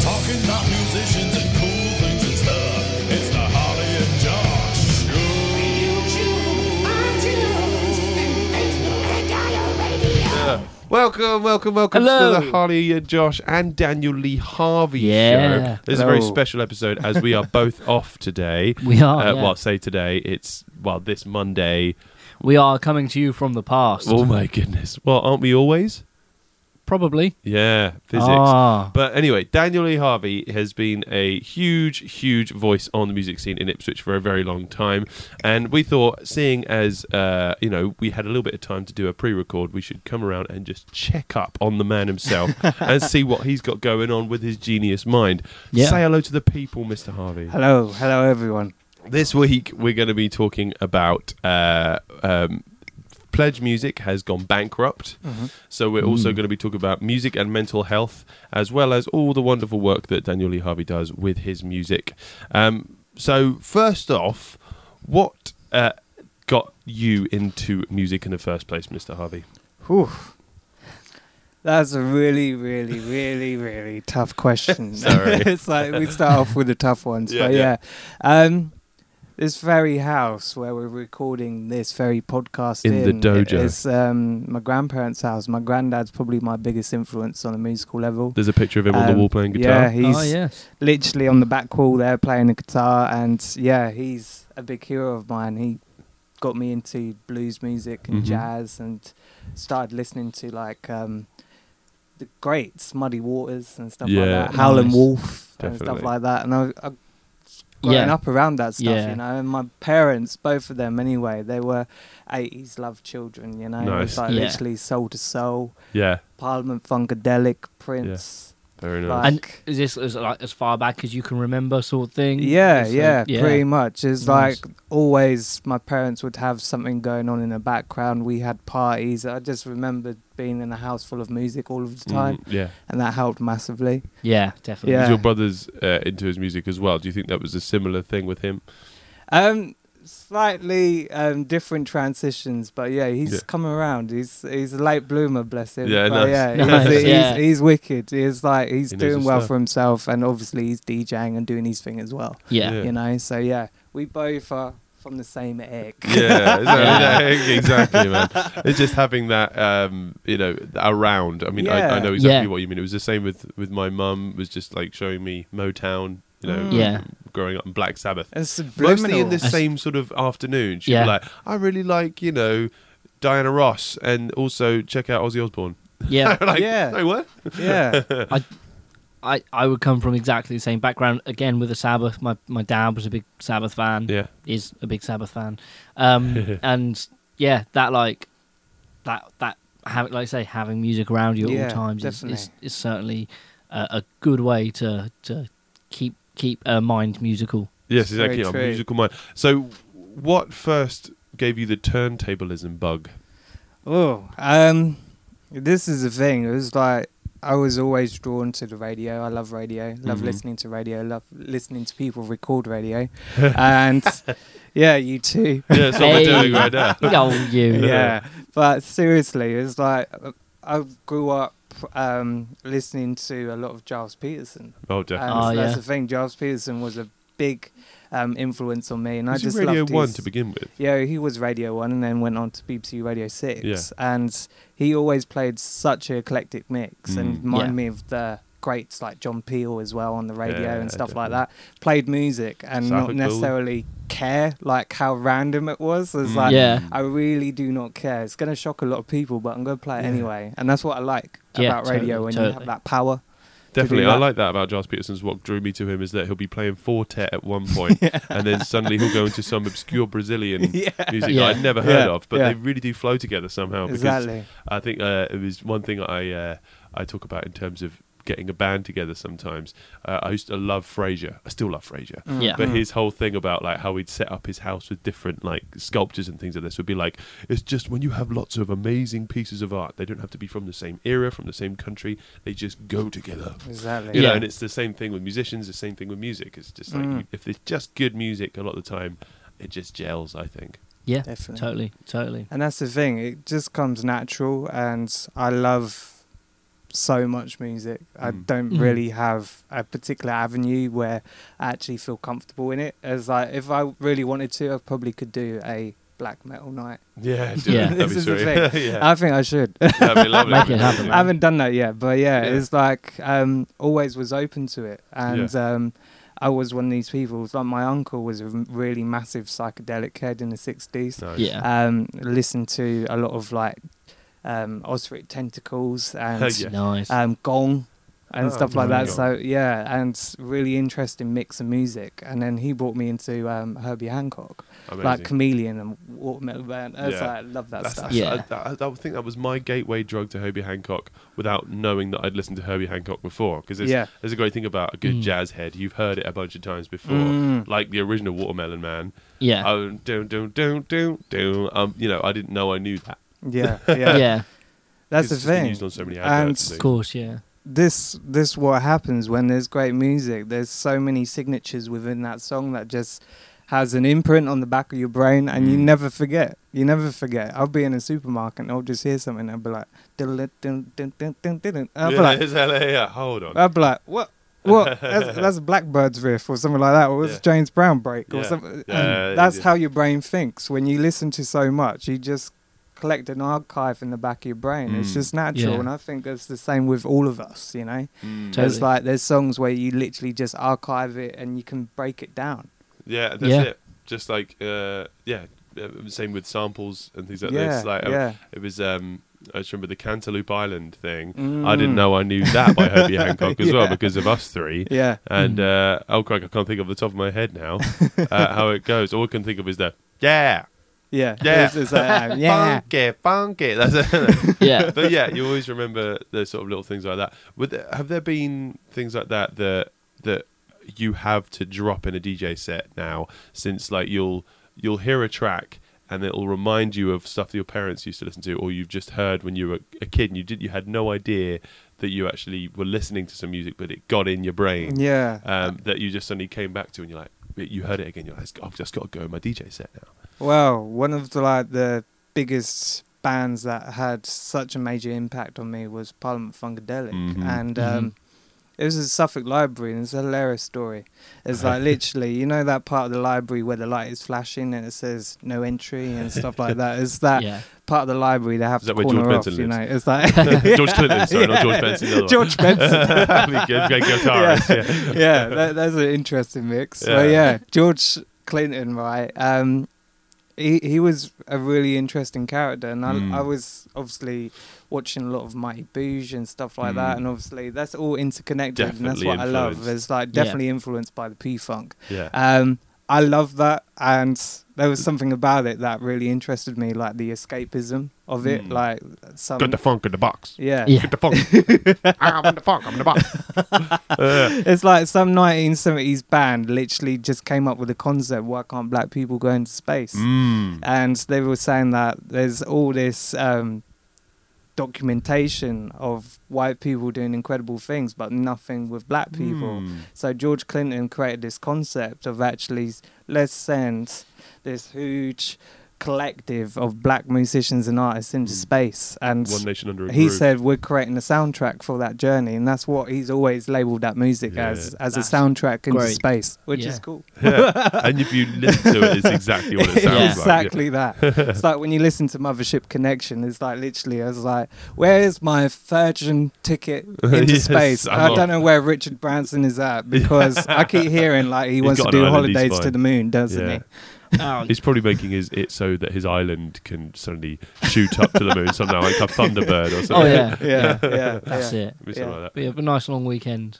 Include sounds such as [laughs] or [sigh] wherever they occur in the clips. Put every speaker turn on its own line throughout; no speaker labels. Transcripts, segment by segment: talking about musicians and cool things and stuff. It's the Holly and Josh Show.
Welcome, welcome, welcome
Hello.
to the Holly, uh, Josh, and Daniel Lee Harvey
Yeah.
show. This is a very
Hello.
special episode as
[laughs]
we are both off today.
We are,
Uh,
yeah.
Well, say today. It's well this Monday.
We are coming to you from the past.
Oh my goodness. Well, aren't we always?
Probably.
Yeah, physics.
Ah.
But anyway, Daniel Lee Harvey has been a huge, huge voice on the music scene in Ipswich for a very long time, and we thought, seeing as uh, you know we had a little bit of time to do a pre-record, we should come around and just check up on the man himself and see what he's got going on with his genius mind.
Yeah.
Say hello to the people, Mr. Harvey.
Hello, hello everyone.
This week we're going to be talking about uh, um, Pledge Music has gone bankrupt, so we're
Mm.
also going to be talking about music and mental health, as well as all the wonderful work that Daniel Lee Harvey does with his music. Um, so first off, what uh, got you into music in the first place, Mr. Harvey?
Whew. That's a really, really, really, really tough
[laughs]
question.
Sorry.
[laughs] it's like we start off with the tough ones,
Yeah,
but
yeah.
yeah. Um, this very house where we're recording this very podcast
In the dojo.
is um, my grandparents' house. My granddad's probably my biggest influence on a musical level.
There's a picture of him on the
Um,
wall playing guitar.
Yeah, he's
oh yes.
literally on the back wall there playing the guitar, and yeah, he's a big hero of mine. He got me into blues music and
Mhm.
jazz, and started listening to like um, the greats, Muddy Waters and stuff
Yeah,
like that, Howlin'
nice.
Wolf and
Definitely.
stuff like that. And I, I growing
Yeah.
up around that stuff,
Yeah.
you know. And my parents, both of them anyway, they were eighties love children, you know. It
Nice.
was like
Yeah.
literally soul to soul,
Yeah,
Parliament Funkadelic, Prince.
very nice.
Like,
And is this as, like as far back as you can remember, sort of thing?
Yeah,
It's uh, like-
yeah, pretty much.
Nice.
It's like always my parents would have something going on in the background. We had parties. I just remembered being in a house full of music all of the time,
Mm, yeah.
and that helped massively.
Yeah, definitely.
Is
Yeah.
your brother's uh, into his music as well? Do you think that was a similar thing with him?
Um, slightly um, different transitions, but yeah, he's
Yeah.
come around. He's he's a late bloomer, bless him.
Yeah,
but
nice. [laughs]
yeah,
Nice,
he's,
yeah.
He's, he's wicked. He's like he's
He knows
doing
his
well
stuff.
for himself, and obviously he's DJing and doing his thing as well.
Yeah.
Yeah.
You know, so yeah, we both are from the same egg.
[laughs] yeah, exactly, [laughs]
Yeah.
yeah, exactly, man. [laughs] It's just having that, um, you know, around. I mean, I, I
Yeah.
know exactly
Yeah.
what you mean. It was the same with with my mum. Was just like showing me Motown, you know,
Mm.
Yeah.
growing up in Black Sabbath.
And
Mostly
subliminal.
in the
That's-
same sort of afternoon. She'd
Yeah.
be like, I really like, you know, Diana Ross, and also check out Ozzy Osbourne. [laughs]
Yeah.
like,
Yeah.
no, what? [laughs]
yeah.
I, I would come from exactly the same background again with the Sabbath. My my dad was a big Sabbath fan.
Yeah,
Is a big Sabbath fan.
[laughs]
Um and yeah, that like that that having like I say having music around you at
Yeah,
all times is, is,
definitely.
is certainly a, a good way to to keep keep a mind musical.
yes,
very
exactly. I'm
true.
musical mind. So, what first gave you the turntablism bug?
[laughs] Oh, um, this is the thing. It was like I was always drawn to the radio. I love radio. Love
Mhm.
listening to radio. Love listening to people record radio.
[laughs]
and yeah, you too.
Yeah, that's what we're
Hey.
doing right now.
oh you.
[laughs] yeah, but seriously, it's like uh, I grew up um, listening to a lot of Giles Peterson.
Oh,
And
definitely.
Ah,
that's
yeah.
the thing. Giles Peterson was a big um, influence on me, and
Was
I
he
just
Radio
loved
One
his-
to begin with.
Yeah, he was Radio One and then went on to BBC Radio Six.
Yeah.
And he always played such an eclectic mix
Mm.
and reminded
Yeah.
me of the greats like John Peel as well on the radio
Yeah,
and stuff like
definitely.
that. Played music and
Suffolk
not
Bill.
necessarily care like how random it was. It's
Mm.
like
Yeah.
I really do not care. It's gonna shock a lot of people, but I'm gonna play it
Yeah.
anyway. And that's what I like
Yeah,
about radio
totally,
when you
totally.
have that power.
Oh,
do
Definitely, I
that.
like that about Giles Peterson's. What drew me to him is that he'll be playing Fortet at one
[laughs]
point, and then suddenly he'll go into some obscure Brazilian
Yeah.
music
Yeah.
that I'd never heard
Yeah,
of, but
yeah.
they really do flow together somehow. Because
Exactly.
I think uh, it was one thing I uh, I talk about in terms of getting a band together. Sometimes uh, I used to love Frasier. I still love Frasier.
Mm. Yeah.
But his whole thing about like how he'd set up his house with different like sculptures and things like this would be like it's just when you have lots of amazing pieces of art, they don't have to be from the same era, from the same country. They just go together.
Exactly.
You know,
Yeah.
and it's the same thing with musicians, the same thing with music. It's just like
Mm.
you, if there's just good music, a lot of the time it just gels. I think.
Yeah.
Definitely.
Totally, totally.
And that's the thing, it just comes natural and I love so much music. I
Mm.
don't
Mhm.
really have a particular avenue where I actually feel comfortable in it. As like, if I really wanted to, I probably could do a black metal night.
Yeah, do
Yeah.
it. [laughs] That'd
This
be
is the
sweet. [laughs]
thing.
yeah.
I think I should.
That'd be lovely.
Make it happen,
[laughs] I
man.
haven't done that yet, but yeah,
Yeah.
it's like um, always was open to it, and um, I was one of these people. It's Like my uncle was a m- really massive psychedelic kid in the sixties.
Nice.
Yeah.
Um, listened to a lot of like um, Osric
[laughs]
Tentacles and
Yeah.
Nice.
um, Gong and
Oh,
stuff like
nice.
that. So yeah, and really interesting mix of music. And then he brought me into um, Herbie Hancock,
Amazing.
like Chameleon and Watermelon Band. I was
Yeah.
like, I love that
That's-
stuff.
that's-
Yeah.
I, I, I think that was my gateway drug to Herbie Hancock without knowing that I'd listened to Herbie Hancock before. Because there's,
Yeah.
there's a great thing about a good
Mm.
jazz head. You've heard it a bunch of times before,
Mm.
like the original Watermelon Man.
yeah.
Oh, do do do do do. Um, you know, I didn't know I knew that.
Yeah, yeah,
yeah.
[laughs]
That's the
It's just been
thing.
Used on so many
And-
adverts.
Of
cool.
course. Yeah.
[laughs] this this what happens when there's great music. There's so many signatures within that song that just has an imprint on the back of your brain, and you
Mm.
never forget. You never forget. I'll be in a supermarket, and I'll just hear something, and I'll be like, dun, dun, dun, dun, dun, dun, dun. I'll be
Yeah,
like,
it's LA, yeah, hold on.
I'll be like, what? Well,
[laughs]
that's, that's Blackbird's riff or something like that, or it's
Yeah.
James Brown break or
Yeah.
something. And
Yeah,
that's
yeah.
how your brain thinks when you listen to so much. You just collect an archive in the back of your brain. It's
Mm.
just natural,
Yeah.
and I think that's the same with all of us. You know,
Mm.
Totally.
it's like there's songs where you literally just archive it and you can break it down.
Yeah, that's
Yeah.
it. Just like uh, yeah, uh, same with samples and things like
Yeah,
this. Like um,
yeah.
it was um, I just remember the Cantaloupe Island thing.
Mm.
I didn't know I knew that by
[laughs]
Herbie Hancock as well
Yeah.
because of us three.
Yeah, Mm.
And uh, oh, crack! I can't think of the top of my head now
[laughs]
uh, how it goes. All I can think of is the yeah,
yeah,
Yeah.
It's- it's like,
[laughs]
um, yeah.
funky, funky. [laughs] That's it.
yeah.
but yeah, you always remember the sort of little things like that. Would there, have there been things like that that that you have to drop in a DJ set now? Since like you'll you'll hear a track and it'll remind you of stuff that your parents used to listen to, or you've just heard when you were a kid and you did you had no idea that you actually were listening to some music, but it got in your brain.
Yeah.
Um, that you just suddenly came back to and you're like. You heard it again. You're like, I've just got to go in my DJ set now.
[laughs] Well, one of the like the biggest bands that had such a major impact on me was Parliament Funkadelic,
Mhm.
and um, it was a Suffolk library, and it's a hilarious story. It's
[laughs]
like literally, you know, that part of the library where the light is flashing and it says no entry and stuff like that. It's
[laughs]
that
Yeah.
part of the library they have
Is
to
that where
corner
George
off.
Benson
You
lives?
know, it's like [laughs]
George Clinton, sorry, not George Benson. the other one. [laughs]
George Benson.
That'd be good. Great guitarist, yeah. [laughs]
yeah, that, that's an interesting mix.
Yeah.
But yeah, George Clinton, right? Um, he he was a really interesting character, and I,
Mm.
I was obviously watching a lot of Mighty Boosh and stuff like that,
Mm.
and obviously that's all interconnected, and that's
Definitely
what I love.
influenced.
It's like
Yeah.
definitely influenced by the P Funk.
Yeah.
Um, I love that, and there was something about it that really interested me, like the escapism of it,
Mm.
like some
Got the funk in the box.
yeah,
Yeah.
Get the
[laughs]
funk. I'm in the funk. I'm in the box. Uh,
[laughs] It's like some 1970s band literally just came up with a concept why can't black people go into space?
mm.
And they were saying that there's all this um, documentation of white people doing incredible things, but nothing with black people.
Mm.
So George Clinton created this concept of actually s- let's send this huge collective of black musicians and artists into
Mm.
space and
One nation under a
he
groove.
said we're creating a soundtrack for that journey and that's what he's always labeled that music
Yeah.
as as
That's
a soundtrack into
great.
space which is
Yeah.
cool
Yeah. And if you listen to it, it's exactly what
[laughs]
it sounds like.
exactly
[laughs]
that it's like when you listen to mothership connection it's like literally i was like where is my virgin
[laughs]
ticket into
Yes,
space
I'm
i
off.
don't know where richard branson is at
[laughs]
because i keep hearing like he
He's
wants to
got an
do
island, he's
holidays to
fine.
the moon doesn't
Yeah.
he
Oh,
Yeah. He's probably making his it so that his island can suddenly shoot up to the moon somehow, like a thunderbird or something.
oh yeah.
[laughs]
[laughs]
yeah yeah Mm.
That's it.
Maybe something
Yeah.
like that.
Be a nice long weekend.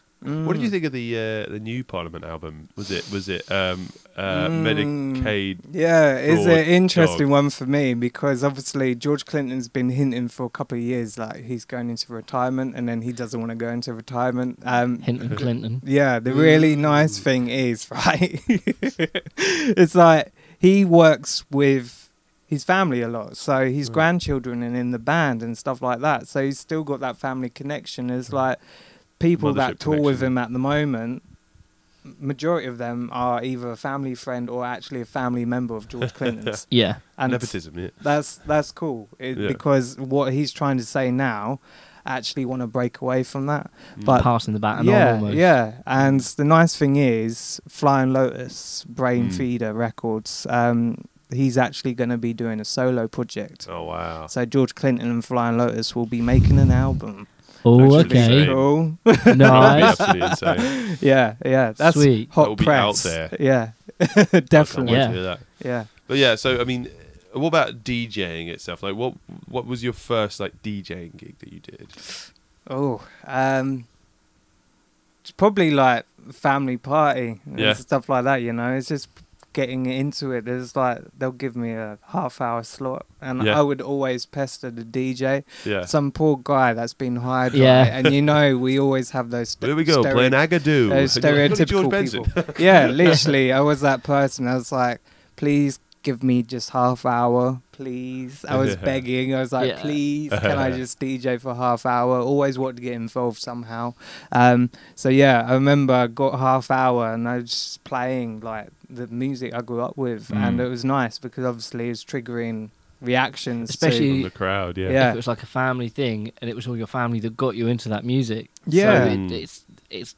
What did you think of the uh, the new Parliament album? Was it was it um, uh,
Mm.
Medicaid?
Yeah, it's
broad
an interesting
jog.
one for me because obviously George Clinton's been hinting for a couple of years like he's going into retirement and then he doesn't want to go into retirement. Um, [laughs]
Hinton Clinton.
yeah,
Mm.
the really nice thing is, [laughs] right? it's like he works with his family a lot. So his
Mm.
grandchildren and in the band and stuff like that. So he's still got that family connection. It's like people
Mm. Mothership
that tour with
connection.
him at the moment, majority of them are either a family friend or actually a family member of
[laughs]
George Clinton's.
Yeah.
and
Nepotism, yeah.
that's that's cool it,
Yeah.
because what he's trying to say now actually want to break away from that.
Mm.
But
passing the baton
yeah,
on almost.
yeah. And the nice thing is, Flying Lotus, Brain
Mm.
Feeder Records, um, he's actually going to be doing a solo project.
Oh wow.
So George Clinton and Flying Lotus will be making an album.
Oh,
Actually,
okay. [laughs]
so-
Cool. [laughs]
nice.
That would be absolutely insane.
Yeah, yeah. That's
Sweet.
hot
That will be out
press.
there.
Yeah, [laughs] definitely.
yeah.
Yeah.
Yeah.
But yeah, so I mean, what about DJing itself? Like, what what was your first like DJing gig that you did?
Oh, um, it's probably like family party and
Yeah.
stuff like that. You know, it's just getting into it. There's like they'll give me a half hour slot, and
Yeah.
I would always pester the DJ.
Yeah.
Some poor guy that's been hired.
Yeah.
Yeah, and you know we always have those. st-
There we go,
stereo-
playing Agadoo.
those
George
uh, stereotypical
Benson. [laughs]
people. yeah, literally, I was that person. I was like, please. Give me just half hour, please. I
[laughs]
was begging. I was like,
Yeah.
please, can I just DJ for half hour? Always want to get involved somehow. Um, so yeah, I remember I got half hour and I was just playing like the music I grew up with, and
Mm.
it was nice because obviously it was triggering reactions. to-
Especially-
From the crowd, yeah.
Yeah.
If it was like a family thing, and it was all your family that got you into that music.
Yeah.
So it,
Mm.
it's it's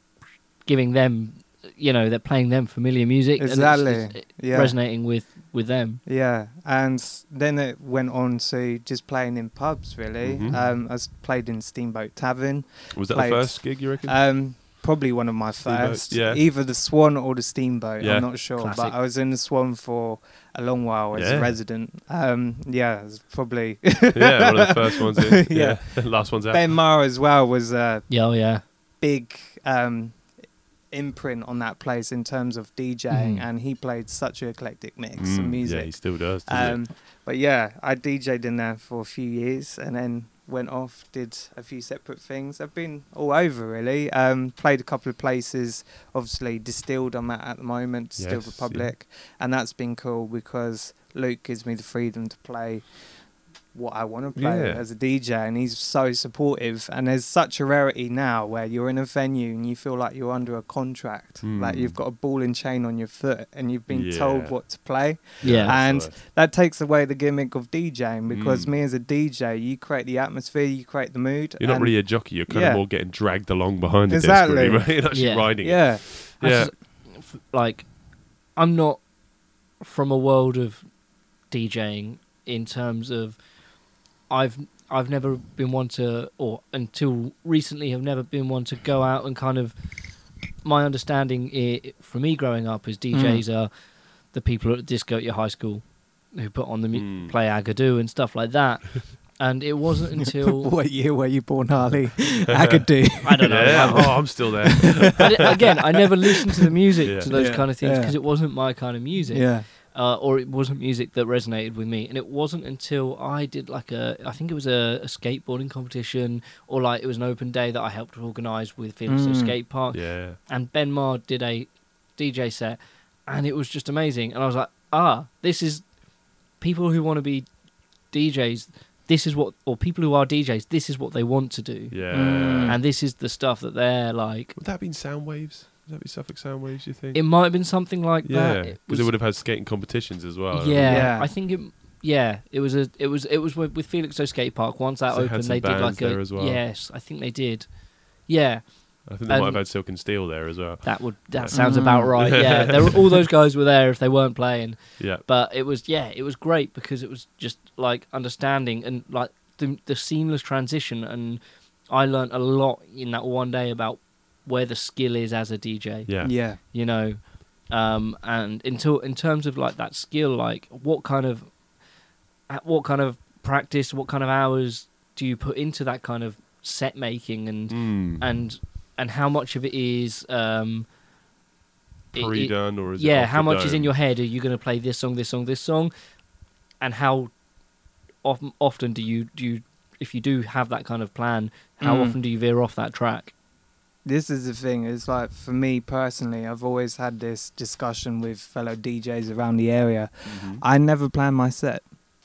giving them, you know, they're playing them familiar music. and it's-
Exactly.
it's- it
Yeah.
Resonating with with them.
yeah, and then it went on to just playing in pubs. Really,
Mhm.
um, I s- played in Steamboat Tavern.
Was that
Played.
the first gig you reckon?
Um, probably one of my
Steamboat,
first.
yeah.
Either the Swan or the Steamboat.
Yeah.
I'm not sure,
Classic.
but I was in the Swan for a long while as
Yeah.
a resident. Um, yeah, it's
[laughs]
probably
yeah, one of
[laughs]
the first ones in.
Yeah.
Yeah. Last one's out.
Ben Maher as well was a
Yeah. Oh, yeah.
big um, imprint on that place in terms of DJing,
Mhm.
and he played such an eclectic mix
Mm-hmm. Mm, Yeah,
of
he
music.
still does. doesn't
um, but yeah, I DJ'd in there for a few years, and then went off, did a few separate things. I've been all over really. Um, played a couple of places. Obviously, distilled I'm at at the moment, distilled
Yes, yeah.
Republic, and that's been cool because Luke gives me the freedom to play what I want to play
Yeah.
as a DJ, and he's so supportive. And there's such a rarity now where you're in a venue and you feel like you're under a contract, like
Mm.
you've got a ball and chain on your foot, and you've been
Yeah.
told what to play.
Yeah.
That's
and
the worst.
That takes away the gimmick of DJing because
Mm.
me as a DJ, you create the atmosphere, you create the mood.
You're not
and-
really a jockey. You're kind
Yeah.
of more getting dragged along behind the desk,
Exactly.
really, [laughs] right? You're not actually
Yeah.
riding it. [laughs]
yeah, [laughs]
I
Yeah.
just- f- like, I'm not from a world of DJing in terms of I've I've never been one to or until recently have never been one to go out and kind of my understanding i for me growing up is DJs
Mm.
are the people at the disco at your high school who put on the mu-
Mm.
play agadoo and stuff like that
[laughs]
and it wasn't until
What year were you
[laughs]
born, Harley? I could do.
I don't know
Yeah.
how-
Oh, I'm still there.
[laughs]
I di- again, I never listened to the
[laughs]
music
Yeah.
to those
Yeah.
kind of things
Yeah.
because it wasn't my kind of music,
[laughs] Yeah.
uh, or it wasn't music that resonated with me. And it wasn't until I did like a, I think it was a, a skateboarding competition, or like it was an open day that I helped organise with Felix
Mm.
Skate Park,
yeah.
and Ben Maher did a DJ set, and it was just amazing. And I was like, ah, this is people who want to be DJs. This is what, or people who are DJs, this is what they want to do,
Yeah. Mm.
Mm.
and this is the stuff that they're like
Would that have been sound waves? Would that be Suffolk sound waves, you think?
It might have been something like
yeah.
that.
Because
It was,
they would have had skating competitions as well. I remember.
yeah,
Yeah.
I think it. Yeah, it was a. It was. It was with, with Felixstowe Skate Park. Once that
So they had
opened,
some
they did
bands
like a.
there as well.
Yes, I think they did. Yeah,
I think they might
And-
have had Silk and Steel there as well.
that would.
Yeah.
That sounds about
[laughs]
right. Yeah, there were, all those guys were there if they weren't playing.
Yeah.
But it was. Yeah, it was great because it was just like understanding and like the the seamless transition. And I learnt a lot in that one day about where the skill is as a DJ.
Yeah.
Yeah.
you know um and until in terms of like that skill like what kind of at what kind of practice what kind of hours do you put into that kind of set making and
Mm.
and and how much of it is um it- it-
Pre-done or is it
yeah
off
how
the
much is in
dome?
your head are you going to play this song this song this song and how of, often do you do you, if you do have that kind of plan how
Mm.
often do you veer off that track
This is the thing. It's like for me personally, I've always had Mm-hmm. this discussion with fellow DJs around the area. I never plan my set.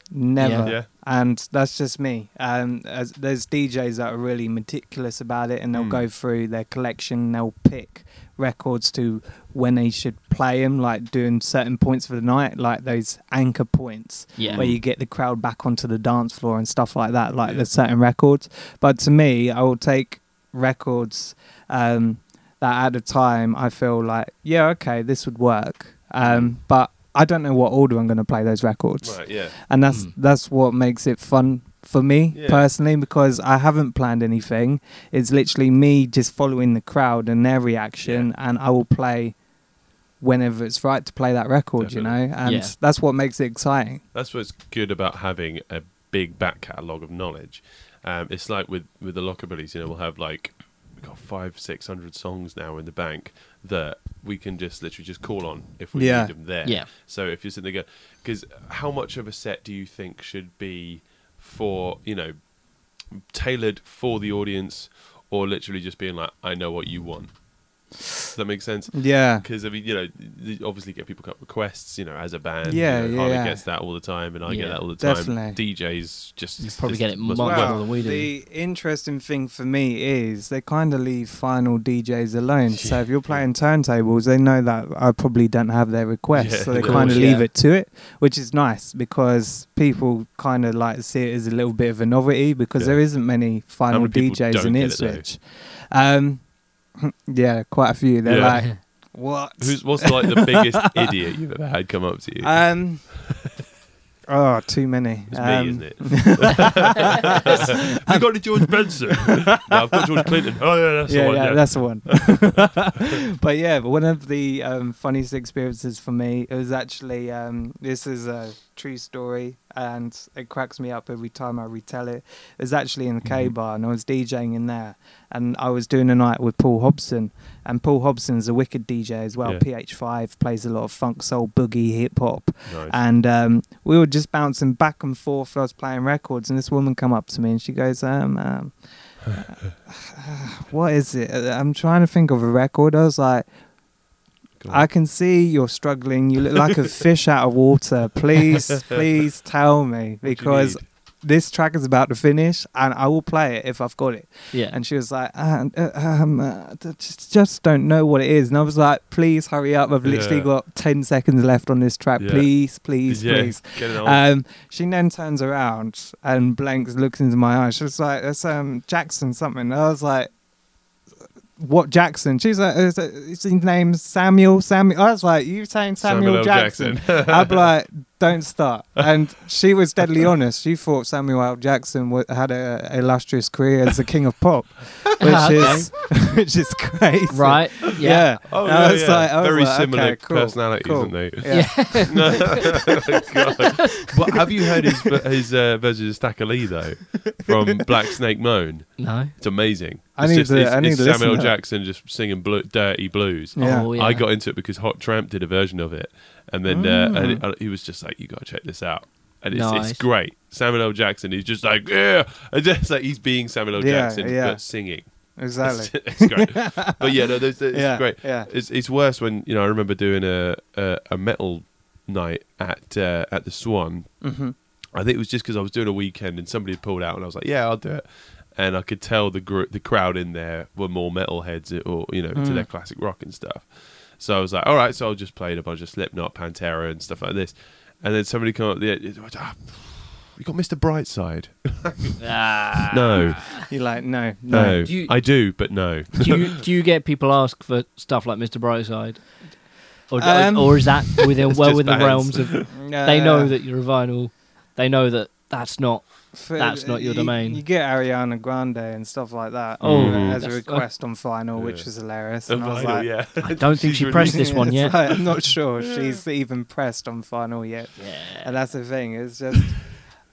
Never.
Mm-hmm. Yeah.
And that's just me. Um, as, there's DJs that are really meticulous about it, and they'll
Mm.
go through their collection. They'll pick records to when they should play them, like doing certain points for the night, like those anchor points
Yeah.
where you get the crowd back onto the dance floor and stuff like that, like
Yeah.
there's certain records. But to me, I will take records um, that at the time I feel like, yeah, okay, this would work. Um, but I don't know what order I'm going to play those records
Mm. Right, yeah.
and that's
Mm.
that's what makes it fun for me
Yeah.
personally because I haven't planned anything. It's literally me just following the crowd and their reaction, and I will play whenever it's right to play that record, you know, and
Yeah.
that's what makes it exciting.
That's what's good about having a big back catalogue of knowledge. Um, it's like with, with the Lockabillys, you know, we'll have like, we've got five, six hundred songs now in the bank that we can just literally just call on if we
Yeah.
need them there.
Yeah.
So if you're sitting there going, because how much of a set do you think should be for, you know, tailored for the audience or literally just being like, I know what you want? Does that make sense?
Yeah,
because I mean, you know, you obviously get people cut requests, you know, as a band.
Yeah,
you know, Harley
yeah.
gets that all the time, and I get
Yeah.
that all the time.
Definitely.
DJs just
You probably
just
get it
must-
months
well,
more than we do.
the interesting thing for me is they kind of leave final DJs alone. So if you're playing turntables, they know that I probably don't have their requests,
Yeah,
so they
of
kind
course,
of leave
yeah.
it to it, which is nice because people kind of like to see it as a little bit of a novelty because
Yeah.
there isn't many final
many people
DJs
don't
in
get
it
it, though?
switch. Um, [laughs] yeah, quite a few. They're
Yeah. [laughs]
like, what?
Who's what's like the biggest [laughs] idiot you've ever had come up to you? [laughs]
um, oh, too many.
it's
Um,
me, isn't it?
[laughs]
you got to George
[laughs]
Benson. no, I've got George Clinton. Oh yeah, that's
yeah,
the one.
yeah,
Yeah,
that's the one.
[laughs]
but yeah, but one [laughs] of the um, funniest experiences for me it was actually um, this is a true story, and it cracks me up every time I retell it. It was actually in the
Mm-hmm.
K bar, and I was DJing in there, and I was doing a night with Paul Hobson, and Paul Hobson's a wicked DJ as well.
Yeah.
PH5 plays a lot of funk, soul, boogie, hip hop,
Nice.
and um, we were just bouncing back and forth. I was playing records, and this woman come up to me and she goes, um, um, [sighs] "What is it? Uh, I'm trying to think of a record." I was like,
Go on.
"I can see you're struggling. You look like a
[laughs]
fish out of water. Please, please tell me
What do you
because
need?
this track is about to finish, and I will play it if I've got it."
yeah.
And she was like, uh, uh, um, uh, d- just, just don't know what it is. And I was like, please hurry up. I've literally
Yeah.
got 10 seconds left on this track.
Yeah.
Please, please,
yeah,
please.
Get it on.
Um, she then turns around and blanks, looks into my eyes. She was like, "That's um Jackson something." I was like, "What Jackson?" She's like, "Is it- is his name Samuel?" Samuel. I was like, "You saying Samuel,
Samuel L.
Jackson?"
[laughs]
I'm like, "Don't start." And she was deadly honest. She thought Samuel L. Jackson wa had a, a illustrious career as the king
[laughs]
of pop, which is [laughs] which is crazy, [laughs]
right. Yeah.
Yeah.
Oh,
And I
yeah,
was
yeah.
like- I was
Very
like,
similar
okay, cool,
personalities,
cool.
aren't they?
[laughs] Yeah.
God. But have you heard [laughs] his his uh, version of Stacker Lee though from Black Snake Moan?
[laughs] No.
It's amazing.
I
it's
need
just,
to-
it's,
I need
it's
to listen
Samuel
to that.
Jackson just singing blue, dirty blues.
Yeah.
Oh, yeah.
I got into it because Hot Tramp did a version of it, and then uh, and it- uh, he was just like, "You gotta check this out," and it's,
Ah. Nice.
it's great. Samuel L. Jackson is just like, "Yeah," and just like he's being Samuel L.
Yeah,
Jackson
yeah.
but singing.
Exactly.
[laughs] It's, it's great.
[laughs]
but yeah, no, there's, it's
Yeah,
great.
yeah.
It's, it's worse when you know. I remember doing a a, a metal night at uh, at the Swan.
Mhm.
I think it was just because I was doing a weekend and somebody had pulled out, and I was like, "Yeah, I'll do it." And I could tell the group, the crowd in there were more metalheads, uh, or you know, into
Mm.
their classic rock and stuff. So I was like, "All right," so I just played a bunch of Slipknot, Pantera, and stuff like this. And then somebody come up, the ah, you got Mr. Brightside? [laughs]
Ah.
No,
You're like, no,
no,
no.
Do you-
I do, but no.
do you do you get people ask for stuff like Mr. Brightside, or do-
Um,
or is that
[laughs]
within
It's
well
just
within the
bands. Uh,
realms of
No.
they know that you're a vinyl, they know that that's not
For-
That's not your
you-
domain.
You get Ariana Grande and stuff like that uh,
Oh,
Mhm.
as a
that's-
request on final, which
Yeah.
was hilarious. And
[laughs]
I was
Vinyl,
like,
yeah.
I don't think
She's
she
really-
pressed this one
[laughs] It's
yet.
like, I'm not
[laughs]
sure she's even pressed on final yet.
Yeah.
And that's the thing. It's just [laughs]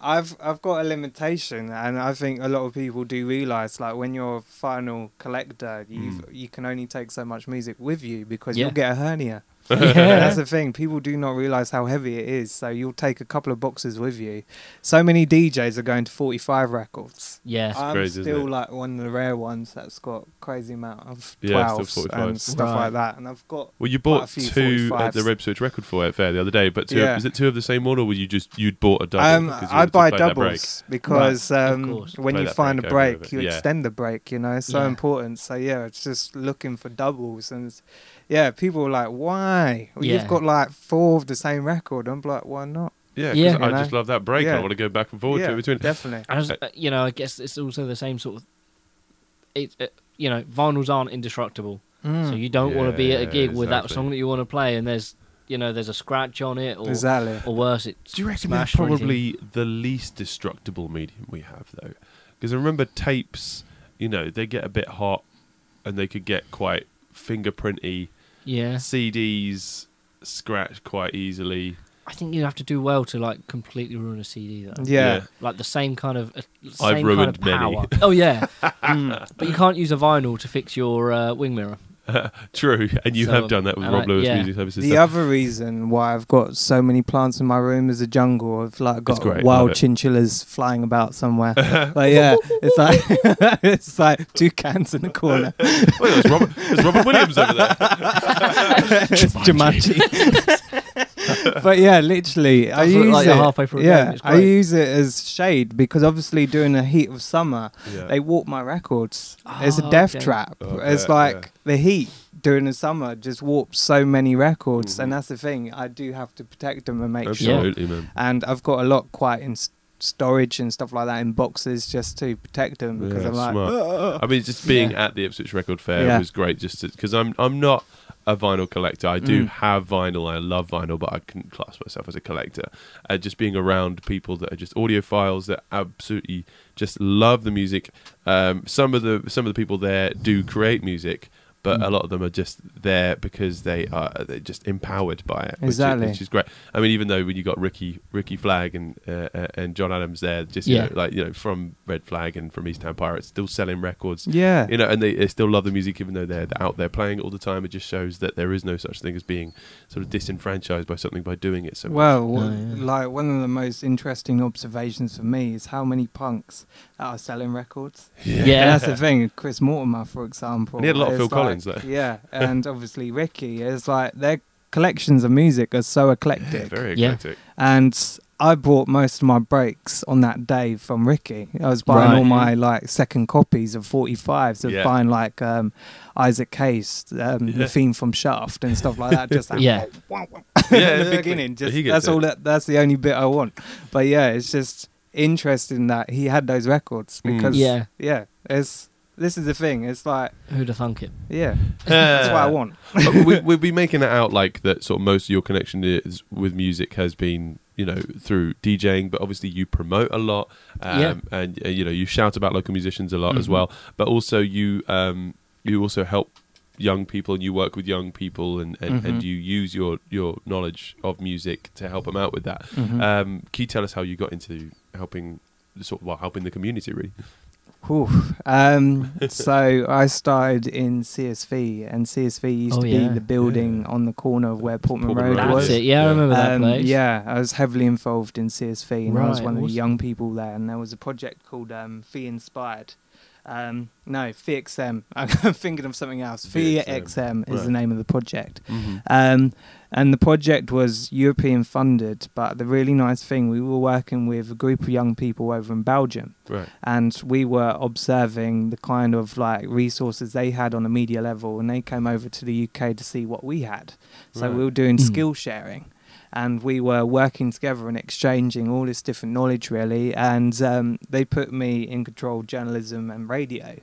I've I've got a limitation, and I think a lot of people do realize like when you're a
Hmm.
final collector, you have you can only take so much music with you because
[laughs]
Yeah.
you'll get a hernia. That's the thing. People do not realize how heavy it is. So you'll take a couple of boxes with you. So many DJs are going to 45 records.
Yeah.
I'm
crazy, isn't
still
it?
like one of the rare ones that's got crazy amount of
Yeah, still
12s
45s.
and stuff
Right.
like that. And I've got
Well, you
Quite
bought
a few
two at
45s.
the Red Switch Record Fair fair the other day, but two,
Yeah.
is it two of the same one, or were you just you'd bought a double?
um,
because you
I
wanted to
buy
play that break?
doubles because
Right, of
um,
course.
when
Play
you
that
find
break
a
over with it,
break, you
yeah.
extend the break. You know, it's so
Yeah.
important. So yeah, it's just looking for doubles, and it's- yeah, people are like, "Why? Well,
Yeah.
You've got like four of the same record." I'm like, "Why not?"
Yeah, 'cause
Yeah.
I
You know?
just love that break. and I
Yeah.
want to go back and forward to
yeah,
it between. [laughs]
definitely.
I was- uh, you know, I guess it's also the same sort of. It, uh, you know, vinyls aren't indestructible,
Mm.
Hmm.
so you don't want to be at a
Yeah,
gig with that
exactly.
song that you want to play, and there's, you know, there's a scratch on it, or
exactly.
or worse, it's
Do you reckon that's
smashed or anything.
probably the least destructible medium we have, though? Because I remember tapes, you know, they get a bit hot and they could get quite fingerprinty.
Yeah,
CDs scratch quite easily.
I think you have to do well to like completely ruin a CD though.
Yeah.
like the same kind of uh, same
ruined
kind of
many. [laughs]
power. Oh yeah,
Mm.
but you can't use a vinyl to fix your uh, wing mirror.
True, and you
So,
have done that with
and
Rob
I-
Lewis
yeah.
Music Services.
The
stuff.
other reason why I've got so many plants in my room is a jungle. I've like got
great, love it.
wild chinchillas flying
[laughs]
about somewhere. but yeah, it's like [laughs] it's like two cans in the corner.
Wait, there's Robert, there's
[laughs]
Robert Williams over there.
It's Jumanji. [laughs] but yeah, literally, I
Does look
use
like
it.
you're halfway through a game,
yeah,
it's
I
great.
use it as shade because obviously during the heat of summer,
Yeah.
they walk my records. it's
Ah,
a death
okay.
trap.
Oh,
it's
yeah,
like
yeah.
the heat during the summer just warps so many records,
Mhm.
and that's the thing. I do have to protect them and make sure
Absolutely, man.
and I've got a lot quite in s- storage and stuff like that in boxes just to protect them because
Yeah,
I'm like,
smart. I mean, just being
Yeah.
at the Ipswich Record Fair
Yeah.
was great. Just because I'm I'm not a vinyl collector. I do
Mm.
have vinyl. I love vinyl, but I couldn't class myself as a collector. Uh, just being around people that are just audiophiles that absolutely just love the music. Um, some of the some of the people there do create music. But
Mm.
a lot of them are just there because they are they're just empowered by it, which is-
Exactly.
which is great. I mean, even though when you got Ricky Ricky Flag and uh, uh, and John Adams there, just you
Yeah.
know, like you know from Red Flag and from East Town Pirates, still selling records,
yeah,
you know, and they, they still love the music even though they're out there playing it all the time. It just shows that there is no such thing as being sort of disenfranchised by something by doing it so much.
Well,
No,
w-
yeah.
like one of the most interesting observations for me is how many punks that are selling records.
Yeah,
And that's the thing. Chris Mortimer, for example,
And he had a lot of
is
Phil
like-
Collins there. [laughs]
Yeah, and obviously Ricky is like their collections of music are so eclectic.
Yeah, very
Yeah.
eclectic.
and I bought most of my breaks on that day from Ricky. I was buying
Right.
all my like second copies of 45s, of
Yeah.
buying like um, Isaac Case, um,
Yeah.
the theme from Shaft and stuff like that.
[laughs]
Just like,
Yeah.
[laughs] Yeah,
in the
exactly.
beginning,
But
just
he gets
that's
it.
all. That, that's the only bit I want. But yeah, it's just interesting that he had those records
Mm.
because
Yeah.
yeah, it's this is the thing. It's like
who'd have thunk it?
[laughs]
yeah, that's what I want.
But we, we'll be making it out like that. Sort of most of your connection is with music has been, you know, through DJing. But obviously, you promote a lot, um,
Yeah.
and uh, you know, you shout about local musicians a lot as
Mhm.
Mm-hmm.
well. But also, you um, you also help young people, and you work with young people, and and, and
Mhm.
you use your your knowledge of music to help them out with that.
Mhm.
Um, can you tell us how you got into helping? Sort of well, helping the community, really.
Whew. Um,
[laughs]
so I started in CSV, and CSV used
Oh,
to
yeah.
be the building on the corner of where Portman,
Portman
Road
Road,
was.
That's it. Yeah, I
Yeah.
remember that
Um,
place.
yeah, I was heavily involved in CSV, and I was
Right,
one of the
awesome.
young people there. And there was a project called um, Fee Inspired. Um, no, FeeXM. [laughs] I'm thinking of something else.
FeeXM.
FeeXM is
Right.
the name of the project.
Mm-hmm.
Um, and the project was European funded, but the really nice thing, we were working with a group of young people over in Belgium
Right.
and we were observing the kind of like resources they had on a media level and they came over to the UK to see what we had so
Right.
we were doing
Mm.
skill sharing and we were working together and exchanging all this different knowledge really and um, they put me in control of journalism and radio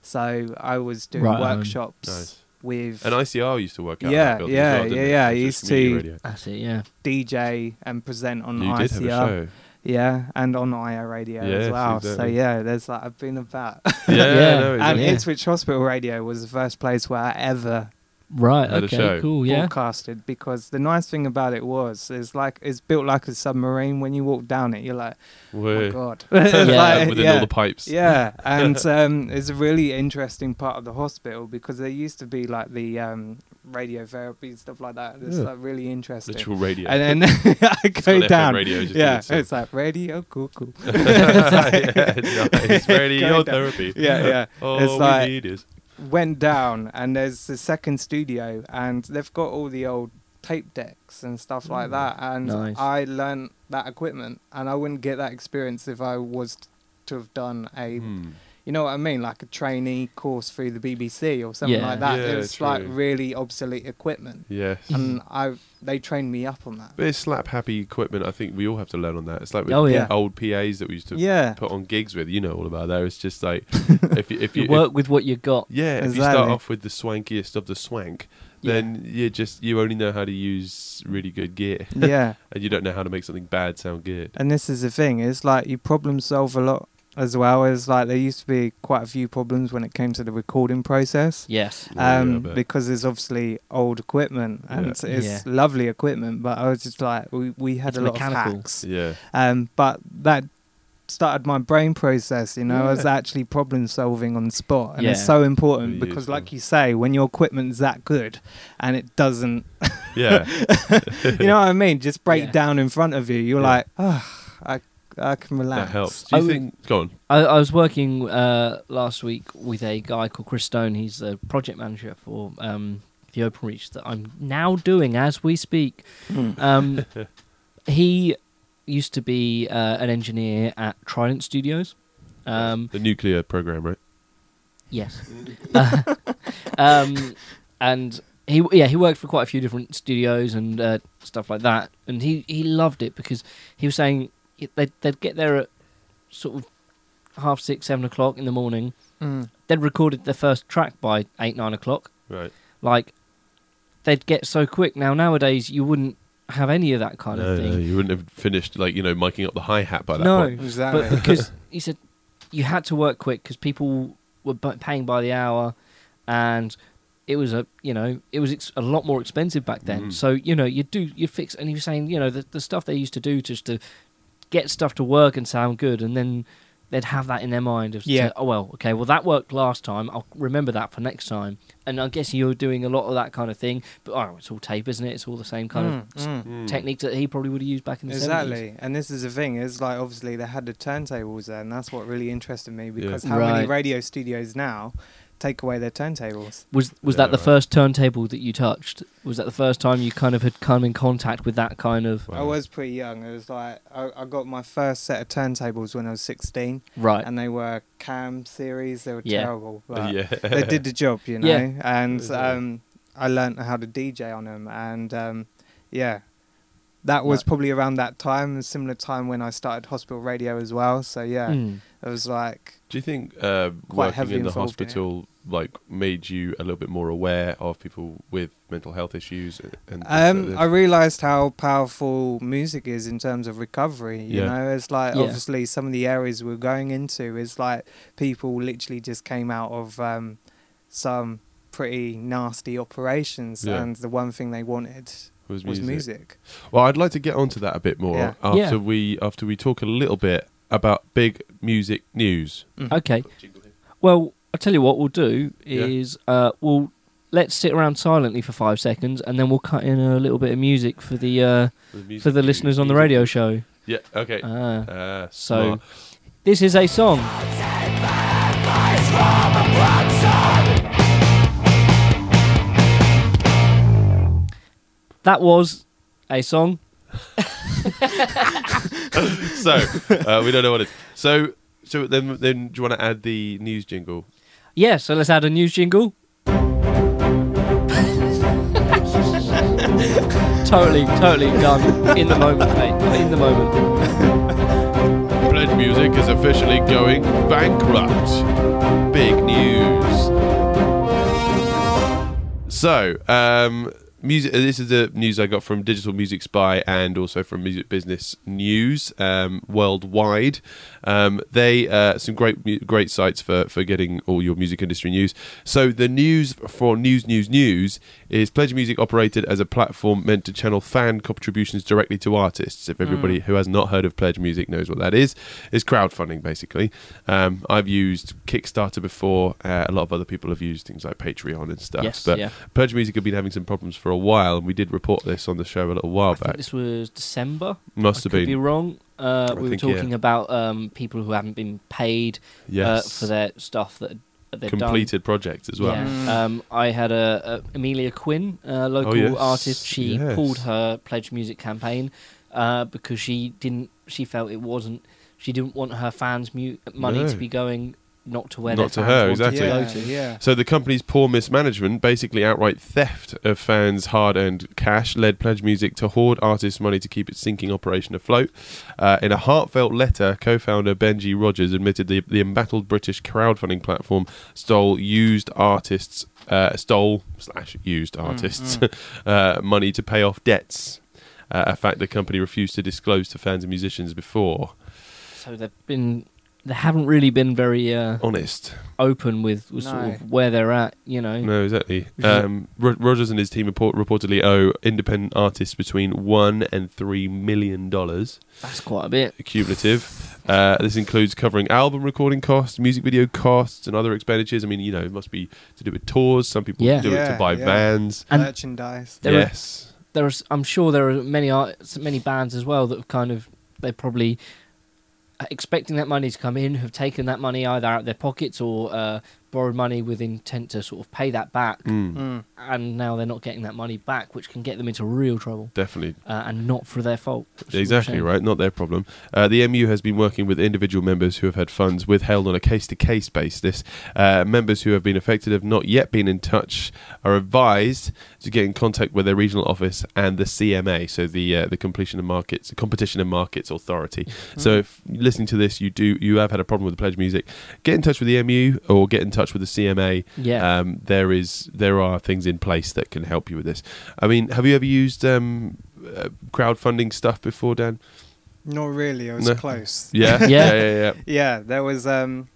so I was doing
Right, um,
workshops
Nice.
with
And ICR used to work out.
Yeah,
that building as
yeah,
well, didn't
yeah,
it?
yeah, I
Ipswich
used
Community
to-
Radio.
that's it. Yeah,
DJ and present on
You
ICR
did have a show.
yeah and on IR radio
Yes,
as well so
exactly.
yeah there's like I've been about
[laughs] Yeah,
Yeah.
no, [laughs] exactly.
And
Oh, Yeah.
Ipswich Hospital Radio was the first place where I ever
Right.
At a
Okay.
show.
Cool. Oh, Yeah.
broadcasted because the nice thing about it was it's like it's built like a submarine. When you walk down it, you're like, oh my
Where-
[laughs]
god,
Uh,
It's [laughs] like,
within all the pipes. [laughs]
yeah, and um, it's a really interesting part of the hospital because there used to be like the um, radiotherapy and stuff like that. It's
Yeah.
like really interesting.
Literal radio.
And then [laughs] I go
got FM
down.
radio just in
yeah,
itself.
it's like radio, cool,
[laughs]
cool.
[laughs]
[laughs]
yeah, nice. Radio
Going down.
therapy.
Yeah, yeah.
All
It's
Oh, we
like-
need is
Went down, and there's the second studio, and they've got all the old tape decks and stuff like that. And
Nice.
I learnt that equipment, and I wouldn't get that experience if I was t- to have done a,
Hmm.
you know what I mean, like a trainee course through the BBC or something
Yeah.
like that.
Yeah,
it was like
true.
really obsolete equipment,
Yes. Mm.
and I they trained me up on that.
But it's slap happy equipment. I think we all have to learn on that. It's like with
Oh, yeah.
old PAs that we used to [laughs]
Yeah.
put on gigs with. You know all about that. It's just
[laughs]
like if you, if you,
You
if-
work with what you got.
yeah, if you start
Exactly.
off with the swankiest of the swank, then you just you only know how to use really good gear,
yeah.
and you don't know how to make something bad sound good.
And this is the thing, it's like you problem solve a lot as well as like there used to be quite a few problems when it came to the recording process.
Yes.
Yeah, I
Um,
bet.
because it's obviously old equipment and
Yeah.
it's
Yeah.
lovely equipment, but I was just like, we, we had
It's
a lot
mechanical.
of hacks.
yeah,
Um, but that started my brain process, you know, I was actually problem solving on the spot. And it's
Yeah.
so important
Really
because,
useful.
like you say, when your equipment's that good and
[laughs]
it doesn't
yeah.
you know what I mean? Just break
Yeah.
down in front of you. You're
Yeah.
like, oh, I, I can relax.
that helps. Do you
I would-
think? Go on.
I, I was working uh, last week with a guy called Chris Stone. He's the project manager for um, the OpenReach that I'm now doing as we speak.
[laughs]
Um, he used to be uh, an engineer at Trident Studios. Um,
the nuclear program, right?
Yes. [laughs] Uh, um, and he yeah he worked for quite a few different studios and uh, stuff like that, and he he loved it because he was saying he- they'd they'd get there at sort of half six seven o'clock in the morning.
Mm.
They'd recorded their first track by eight nine o'clock.
Right.
Like they'd get so quick. Now nowadays you wouldn't have any of that kind
no,
of thing.
no, you wouldn't have finished like you know miking up the hi hat by that
No.
point.
Exactly.
but
[laughs]
because he said you had to work quick because people were bu- paying by the hour, and it was a you know it was ex- a lot more expensive back then.
Mm.
So you know you do you fix and he was saying you know the the stuff they used to do just to get stuff to work and sound good, and then they'd have that in their mind of
Yeah.
yeah. oh well okay well that worked last time I'll remember that for next time. And I guess you're doing a lot of that kind of thing, but oh, it's all tape, isn't it? It's all the same kind of
Mm, mm.
Mm.
technique that he probably would have used back in the 70s.
Exactly, and this is the thing is like obviously they had the turntables there, and that's what really interested me because how many
Right.
radio studios now take away their turntables?
Was was
Yeah,
that the
right.
first turntable that you touched? Was that the first time you kind of had come in contact with that kind of
Wow.
I was pretty young. It was like I, I got my first set of turntables when I was sixteen,
right?
and they were Cam series. They were
Yeah.
terrible, but
[laughs] [laughs] Yeah.
they did the job, you know.
Yeah.
And
Exactly.
um, I learnt how to DJ on them, and um, yeah, that was
Right.
probably around that time, a similar time when I started hospital radio as well. So yeah,
Mm.
it was like
Do you think uh,
Quite
working
heavily
in the
involved in it.
hospital like made you a little bit more aware of people with mental health issues? And, and
um,
and-
I realised how powerful music is in terms of recovery. You
Yeah.
know, it's like
Yeah.
obviously some of the areas we're going into is like people literally just came out of um, some pretty nasty operations,
Yeah.
and the one thing they wanted
was
was
music.
music.
Well, I'd like to get onto that a bit more
Yeah.
after
Yeah.
we after we talk a little bit about big music news.
Okay. Well, I'll tell you what we'll do
Yeah.
is uh, we'll let's sit around silently for five seconds, and then we'll cut in a little bit of music for the uh, for the listeners on the radio show.
Yeah. Okay.
Ah.
Uh,
so
smart.
this is a song. That was a song.
so uh, we don't know what it is. So so then then do you want to add the news jingle?
Yeah, so let's add a news
[laughs]
jingle. totally, totally done. In the moment,
[laughs]
mate. In the moment.
Pledge Music is officially going bankrupt. Big news. So, um, music. uh, This is the news I got from Digital Music Spy and also from Music Business News um, worldwide. Um, they uh, some great mu- great sites for for getting all your music industry news. So the news for News News News is Pledge Music operated as a platform meant to channel fan contributions directly to artists. If
Mm.
everybody who has not heard of Pledge Music knows what that is, is crowdfunding basically. Um, I've used Kickstarter before. Uh, a lot of other people have used things like Patreon and stuff.
Yes,
but
yeah.
Purge Music have been having some problems for a while, and we did report this on the show a little while
I think
back.
this was December.
Must
I
have
could
been,
be wrong. Uh,
I
we were
think,
talking about um, people who haven't been paid uh,
yes,
for their stuff that that they've done.
completed projects as well.
Yeah.
Mm.
Um, I had a, a Amelia Quinn, a local
Oh, yes,
artist. She
yes.
pulled her pledge music campaign uh, because she didn't. She felt it wasn't. She didn't want her fans' mu- money to
No.
be going not to where
Not to
their fans
her,
wanted
exactly.
to go
Yeah,
to.
yeah.
So the company's poor mismanagement, basically outright theft of fans' hard-earned cash, led Pledge Music to hoard artists' money to keep its sinking operation afloat. Uh, in a heartfelt letter, co-founder Benji Rogers admitted the, the embattled British crowdfunding platform stole used artists, uh, stole slash used artists [laughs] uh, money to pay off debts. Uh, a fact the company refused to disclose to fans and musicians before.
So they've been. They haven't really been very uh,
Honest.
open with, with sort
No.
of where they're at. You know.
No, exactly. Um, Ro- Rogers and his team report- reportedly owe independent artists between one and three million dollars
That's quite a bit. [sighs]
cumulative. Uh, this includes covering album recording costs, music video costs, and other expenditures. I mean, you know, it must be to do with tours. Some people
Yeah.
do it to
Yeah,
buy
yeah.
vans.
And-
Merchandise.
There are-
yes,
There are, s- I'm sure there are many artists, many bands as well that have kind of they're probably uh, expecting that money to come in, have taken that money either out of their pockets or uh, borrowed money with intent to sort of pay that back,
Mm,
Mm.
and now they're not getting that money back, which can get them into real trouble
definitely.
uh, and not for their fault. which is a
Exactly
shame.
right, not their problem. Uh, the MU has been working with individual members who have had funds withheld on a case to case basis. Uh, members who have been affected have not yet been in touch, are advised to get in contact with their regional office and the CMA, so the uh, the Completion and Markets Competition and Markets Authority.
Mm-hmm.
So if you're listening to this, you do you have had a problem with the pledge music, get in touch with the MU or get in touch with the CMA.
Yeah.
Um, there is there are things in place that can help you with this. I mean, have you ever used um, uh, crowdfunding stuff before, Dan?
Not really. I was
No.
close.
Yeah,
[laughs] Yeah.
yeah, yeah, yeah.
Yeah, there was um,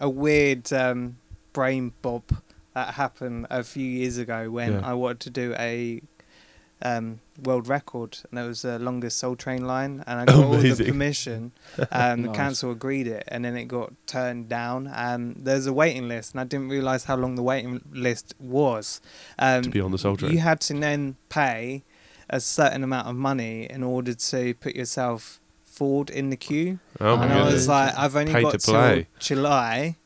a weird um, brain bob that happened a few years ago when
Yeah.
I wanted to do a um, world record, and there was the longest Soul Train line, and I got all the
Amazing.
permission.
[laughs]
Um, The
Nice.
council agreed it, and then it got turned down. Um, there's a waiting list, and I didn't realise how long the waiting list was. Um,
To be on the Soul Train.
you had to then pay a certain amount of money in order to put yourself forward in the queue
Oh my
and I was
goodness.
like, I've only
Pay
got
to
till
play.
July.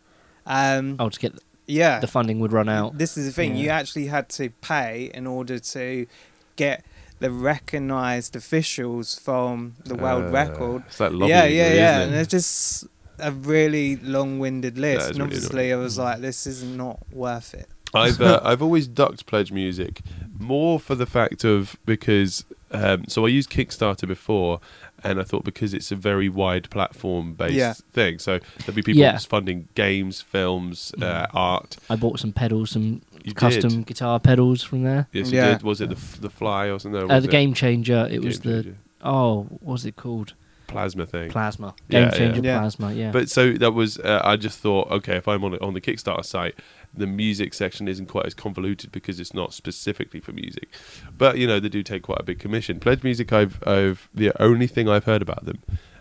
Um,
oh, to get
yeah.
the funding would run out.
This is the thing. You
Yeah.
actually had to pay in order to get the recognised officials from the world
Uh,
record.
It's like lobbying,
Yeah, yeah,
really,
yeah.
isn't
And
it?
it's just a really long-winded list.
is
And
really
obviously, I was like, this is not worth it.
I've uh, I've always ducked pledge music more for the fact of because um, so I used Kickstarter before and I thought because it's a very wide platform based
Yeah.
thing so there'll be people
Yeah.
funding games films
Mm.
uh, art
I bought some pedals, some
You
custom
did.
guitar pedals from there.
yes you
Yeah.
did was it the, f- the fly or something No,
Uh,
was
the game changer. It was
Game
the
Changer.
oh, what was it called?
plasma thing
Plasma.
Yeah,
Game
yeah.
changer
Yeah.
plasma. Yeah.
But so that was. Uh, I just thought, okay, if I'm on on the Kickstarter site, the music section isn't quite as convoluted because it's not specifically for music. But you know, they do take quite a big commission. Pledge Music, I've, I've the only thing I've heard about them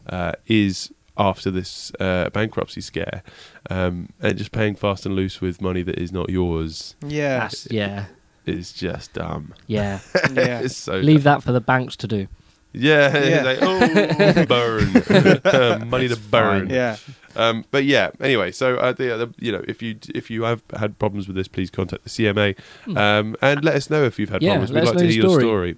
uh, is after this uh, bankruptcy scare, um, and just paying fast and loose with money that is not yours
Yeah,
That's- yeah.
is just dumb.
[laughs]
[laughs]
Yeah.
yeah.
It's so
Leave that for the banks to do.
yeah.
Yeah.
[laughs] like, oh, burn [laughs] money to burn.
yeah,
Um, but yeah, anyway, so uh, the, the you know if you if you have had problems with this, please contact the CMA um, and let us know if you've had
Hmm. Yeah,
problems.
let
We'd
us
like
know
to
your
hear your
story.
story.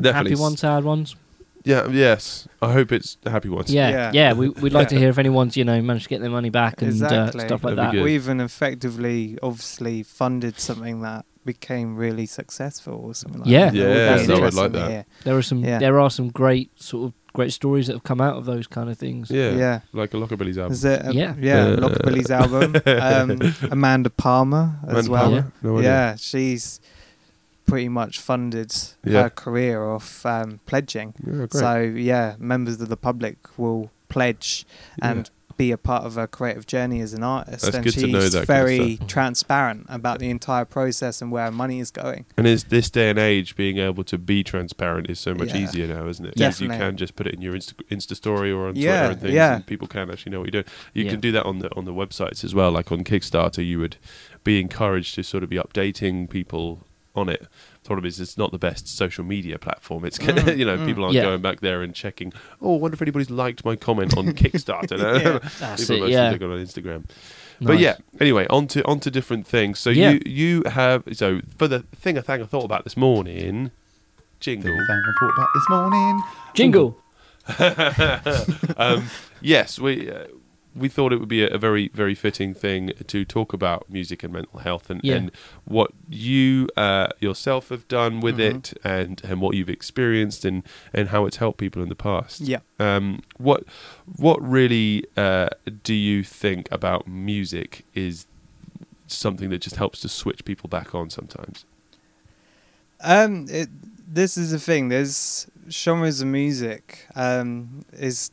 Definitely.
Happy ones, sad ones.
Yeah. Yes. I hope it's a happy ones.
Yeah, yeah.
Yeah.
we, we'd like to hear if anyone's you know managed to get their money back and
Exactly.
uh, stuff like
That'd
that.
be Good.
we even effectively, obviously, funded something that became really successful or something like
Yeah.
that.
Yeah,
That'd be
I would
like
interesting to
that.
hear.
There are some,
Yeah.
there are some great sort of great stories that have come out of those kind of things.
Yeah.
Yeah.
Like a Lockabilly's album.
Is it?
Yeah.
yeah. Yeah.
Uh, [laughs]
Lockabilly's album. Um, Amanda Palmer as
Amanda
well.
Palmer? No
Yeah.
idea.
she's pretty much funded
Yeah.
her career off um, pledging.
Yeah, great.
So yeah, members of the public will pledge and be a part of her creative journey as an artist.
That's
and
good
she's
to know that kind of
very transparent about the entire process and where her money is going.
And is this day and age, being able to be transparent is so much
Yeah.
easier now, isn't it? Because you
Definitely.
can just put it in your Insta, Insta story or on
Yeah,
Twitter and things,
yeah.
and people can actually know what you're doing. You
Yeah.
can do that on the on the websites as well. Like on Kickstarter, you would be encouraged to sort of be updating people on it. Problem is, it's not the best social media platform. It's
Mm,
[laughs] you know people aren't
Yeah.
going back there and checking. Oh, I wonder if anybody's liked my comment
[laughs]
on Kickstarter.
Yeah.
That's
[laughs] people
it,
mostly
yeah.
look on Instagram. But
Nice.
yeah, anyway, on to, on to different things. So
Yeah.
you you have so for the thing I think I thought about this morning, jingle.
Thing I thought about this morning.
Jingle.
[laughs]
Yes, we uh, we thought it would be a, a very very fitting thing to talk about music and mental health and,
Yeah.
and what you uh, yourself have done with
Mm-hmm.
it and and what you've experienced and and how it's helped people in the past.
Yeah.
Um, what what really uh, do you think about music is something that just helps to switch people back on sometimes?
Um, it, this is the thing. There's genres of music. Um, is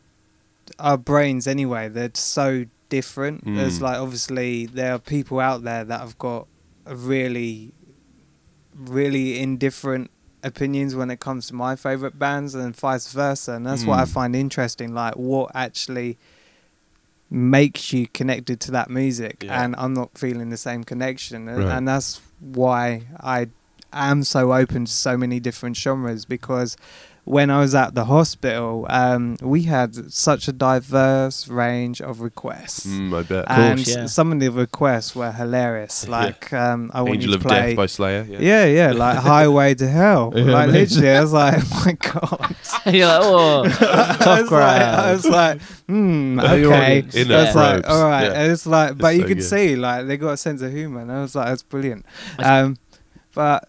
our brains anyway? They're so different.
Mm.
There's like obviously there are people out there that have got a really, really indifferent opinions when it comes to my favorite bands and vice versa. And that's what I
Mm.
find interesting. Like what actually makes you connected to that music
Yeah.
and I'm not feeling the same connection and,
Right.
and that's why I am so open to so many different genres because when I was at the hospital um, we had such a diverse range of requests
Mm, I bet.
and
course, yeah.
some of the requests were
[laughs]
hilarious like um, I wanted
Angel
to
of
play
Death by Slayer.
yeah yeah
[laughs]
like Highway to Hell
Yeah,
like
amazing.
literally I was like [laughs] oh my god
You're like, oh,
[laughs] I
tough
was like, I
crowd.
was like, hmm,
Oh, you're
okay.
on it. In
I
it,
was like,
ropes.
all right.
Yeah.
And it's like, but
It's
you
so
could
good.
see, like, they got a sense of humor, and I was like, that's brilliant. Um, but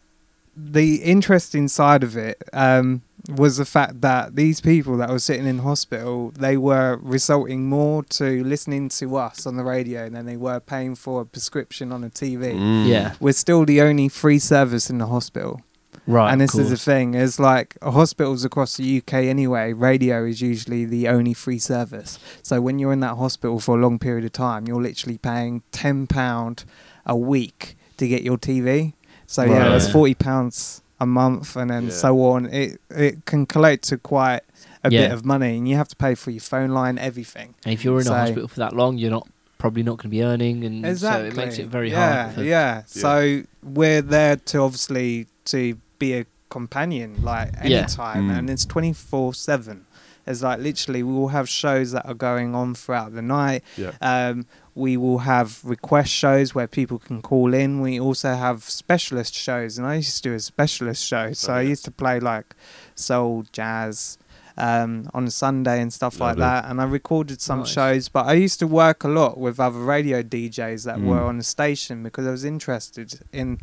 the interesting side of it um, was the fact that these people that were sitting in hospital, they were resulting more to listening to us on the radio than they were paying for a prescription on a TV.
Mm.
[laughs] yeah,
We're still the only free service in the hospital
right.
and
of
this is the
course.
thing is like hospitals across the UK anyway radio is usually the only free service so when you're in that hospital for a long period of time you're literally paying 10 pound a week to get your TV so yeah
Right.
that's 40 pounds a month and then
Yeah.
so on it it can collate to quite a bit
Yeah.
of money and you have to pay for your phone line everything
And if you're in
So-
a hospital for that long, you're not probably not going to be earning, and Mm, so it makes it very
yeah,
hard. For,
yeah. So we're there to obviously to be a companion, like
Yeah.
anytime,
Mm.
and it's twenty four seven. It's like literally, we will have shows that are going on throughout the night.
Yeah.
Um, we will have request shows where people can call in. We also have specialist shows, and I used to do a specialist show. So I
Oh, yeah.
used to play like soul, jazz um, on a Sunday and stuff
Lovely.
like that. And I recorded some
Nice.
shows, but I used to work a lot with other radio DJs that were
Mm.
on the station because I was interested in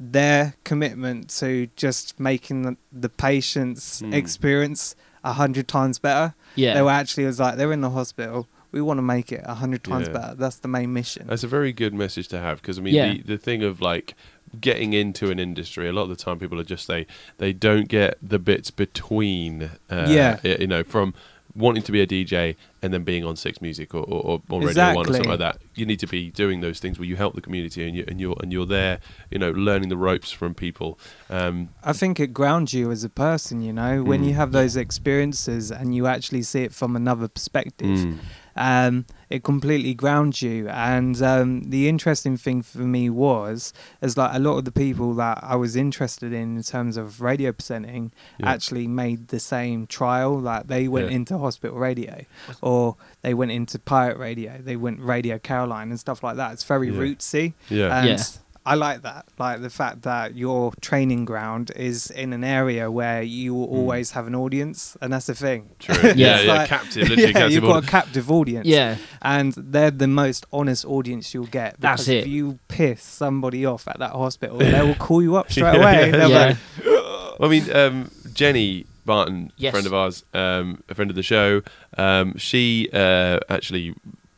their commitment to just making the, the patient's
Mm.
experience a hundred times better.
yeah.
They were actually it was like they're in the hospital. We want to make it a hundred times
Yeah.
better. That's the main mission.
That's a very good message to have because I mean
Yeah.
the, the thing of like getting into an industry a lot of the time people are just they they don't get the bits between uh,
Yeah.
y- you know from wanting to be a DJ and then being on Six Music or or, or, or Radio One or
Exactly.
something like that you need to be doing those things where you help the community and you and you're and you're there you know learning the ropes from people um,
I think it grounds you as a person, you know, when
Mm.
you have those experiences and you actually see it from another perspective.
mm,
um, it completely grounds you. And um, the interesting thing for me was, is like a lot of the people that I was interested in in terms of radio presenting
Yeah.
actually made the same trial. Like they went
Yeah.
into hospital radio, or they went into pirate radio, they went Radio Caroline and stuff like that. It's very
Yeah.
rootsy.
yeah
And
Yeah.
I like that. Like the fact that your training ground is in an area where you will always have an audience. And that's the thing. [laughs]
true yeah Hmm. yeah,
It's
like- [laughs]
captive literally
yeah,
captive
you've
audience.
got a captive audience
yeah,
and they're the most honest audience you'll get.
That's
because If
it.
you piss somebody off at that hospital, they
[laughs]
will call you up straight away. They'll be
yeah.
like,
Well, I mean, um, Jenny Barton,
Yes.
friend of ours, um, a friend of the show, um, she uh, actually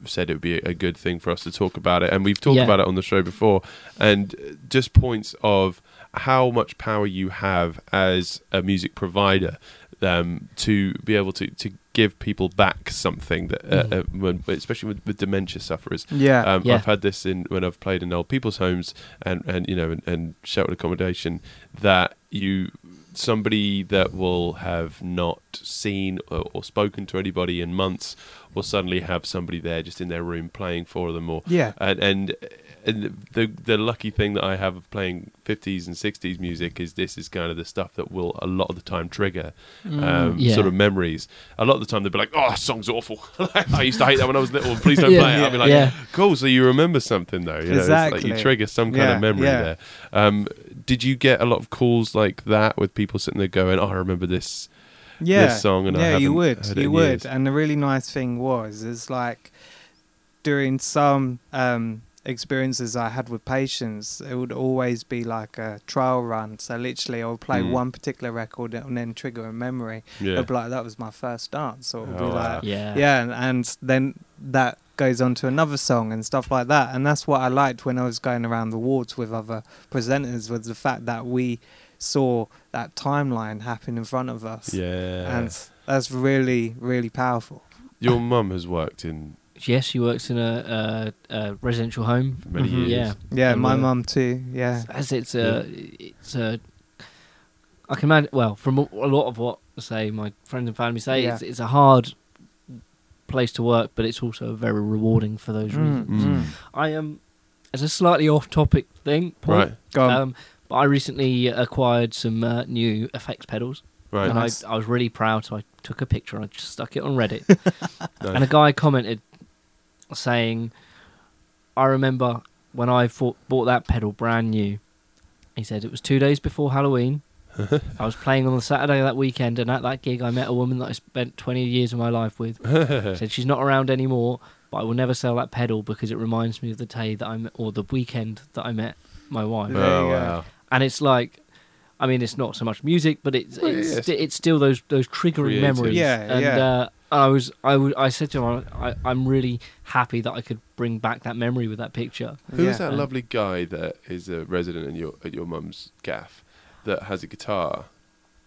said it would be a good thing for us to talk about it, and we've talked
Yeah.
about it on the show before, and just points of how much power you have as a music provider um, to be able to, to give people back something that, uh,
Mhm.
uh, when, especially with, with dementia sufferers.
Yeah.
Um,
Yeah.
I've had this in when I've played in old people's homes and, and you know and, and sheltered accommodation that you somebody that will have not seen or, or spoken to anybody in months will suddenly have somebody there just in their room playing for them or
yeah.
and and, and the the lucky thing that I have of playing 50s and 60s music is this is kind of the stuff that will a lot of the time trigger um,
Mm, yeah.
sort of memories. A lot of the time they'll be like, "Oh, song's awful." [laughs] I used to hate that when I was little. Please don't
Yeah,
play it. I'll be like,
yeah.
"Cool." So you remember something though. You know, it's like you
Exactly.
trigger some kind
Yeah,
of memory
yeah.
there. Um, did you get a lot of calls like that with people sitting there going, "Oh, I remember this."
yeah.
song and I
yeah, you
haven't
would,
heard it
you
in
would.
years.
And the really nice thing was is like during some um, experiences I had with patients, it would always be like a trial run. So literally, I would play
Mm.
one particular record and then trigger a memory.
Yeah.
I'd be like, that was my first dance, or it would be
Oh,
like,
wow.
yeah.
yeah and, and then that goes on to another song and stuff like that and that's what i liked when i was going around the wards with other presenters was the fact that we saw that timeline happen in front of us
Yeah.
and that's really really powerful
Your mum has worked in
Yes, she works in a, a, a residential home.
many
Mhm.
years.
Yeah.
yeah
And uh,
my
we're-
mum too yeah
As it's a, it's a. I can imagine. Well, from a a lot of what say my friends and family say, it's,
Yeah.
it's a hard place to work, but it's also very rewarding for those
Mm,
reasons.
Mm.
mm.
I am. Um, as a slightly off-topic thing, point,
Right.
Go on.
Um, but I recently acquired some uh, new effects pedals,
Right.
and I,
Nice.
I was really proud. So I took a picture and I just stuck it on Reddit,
Nice.
and a guy commented saying, "I remember when I fought, bought that pedal brand new." He said it was two days before Halloween. I was playing on the Saturday of that weekend, and at that gig, I met a woman that I spent 20 years of my life with. said she's not around anymore, but I will never sell that pedal because it reminds me of the day that I met, or the weekend that I met my wife.
There you
oh
go.
wow.
And it's like, I mean, it's not so much music, but it's
Well,
it's,
yes.
sti- it's still those those triggering
Creative.
memories.
Yeah,
and,
yeah.
Uh, I was I would I said to him, I, I'm really happy that I could bring back that memory with that picture.
Who is
Yeah.
that lovely guy that is a resident in your at your mum's gaff that has a guitar?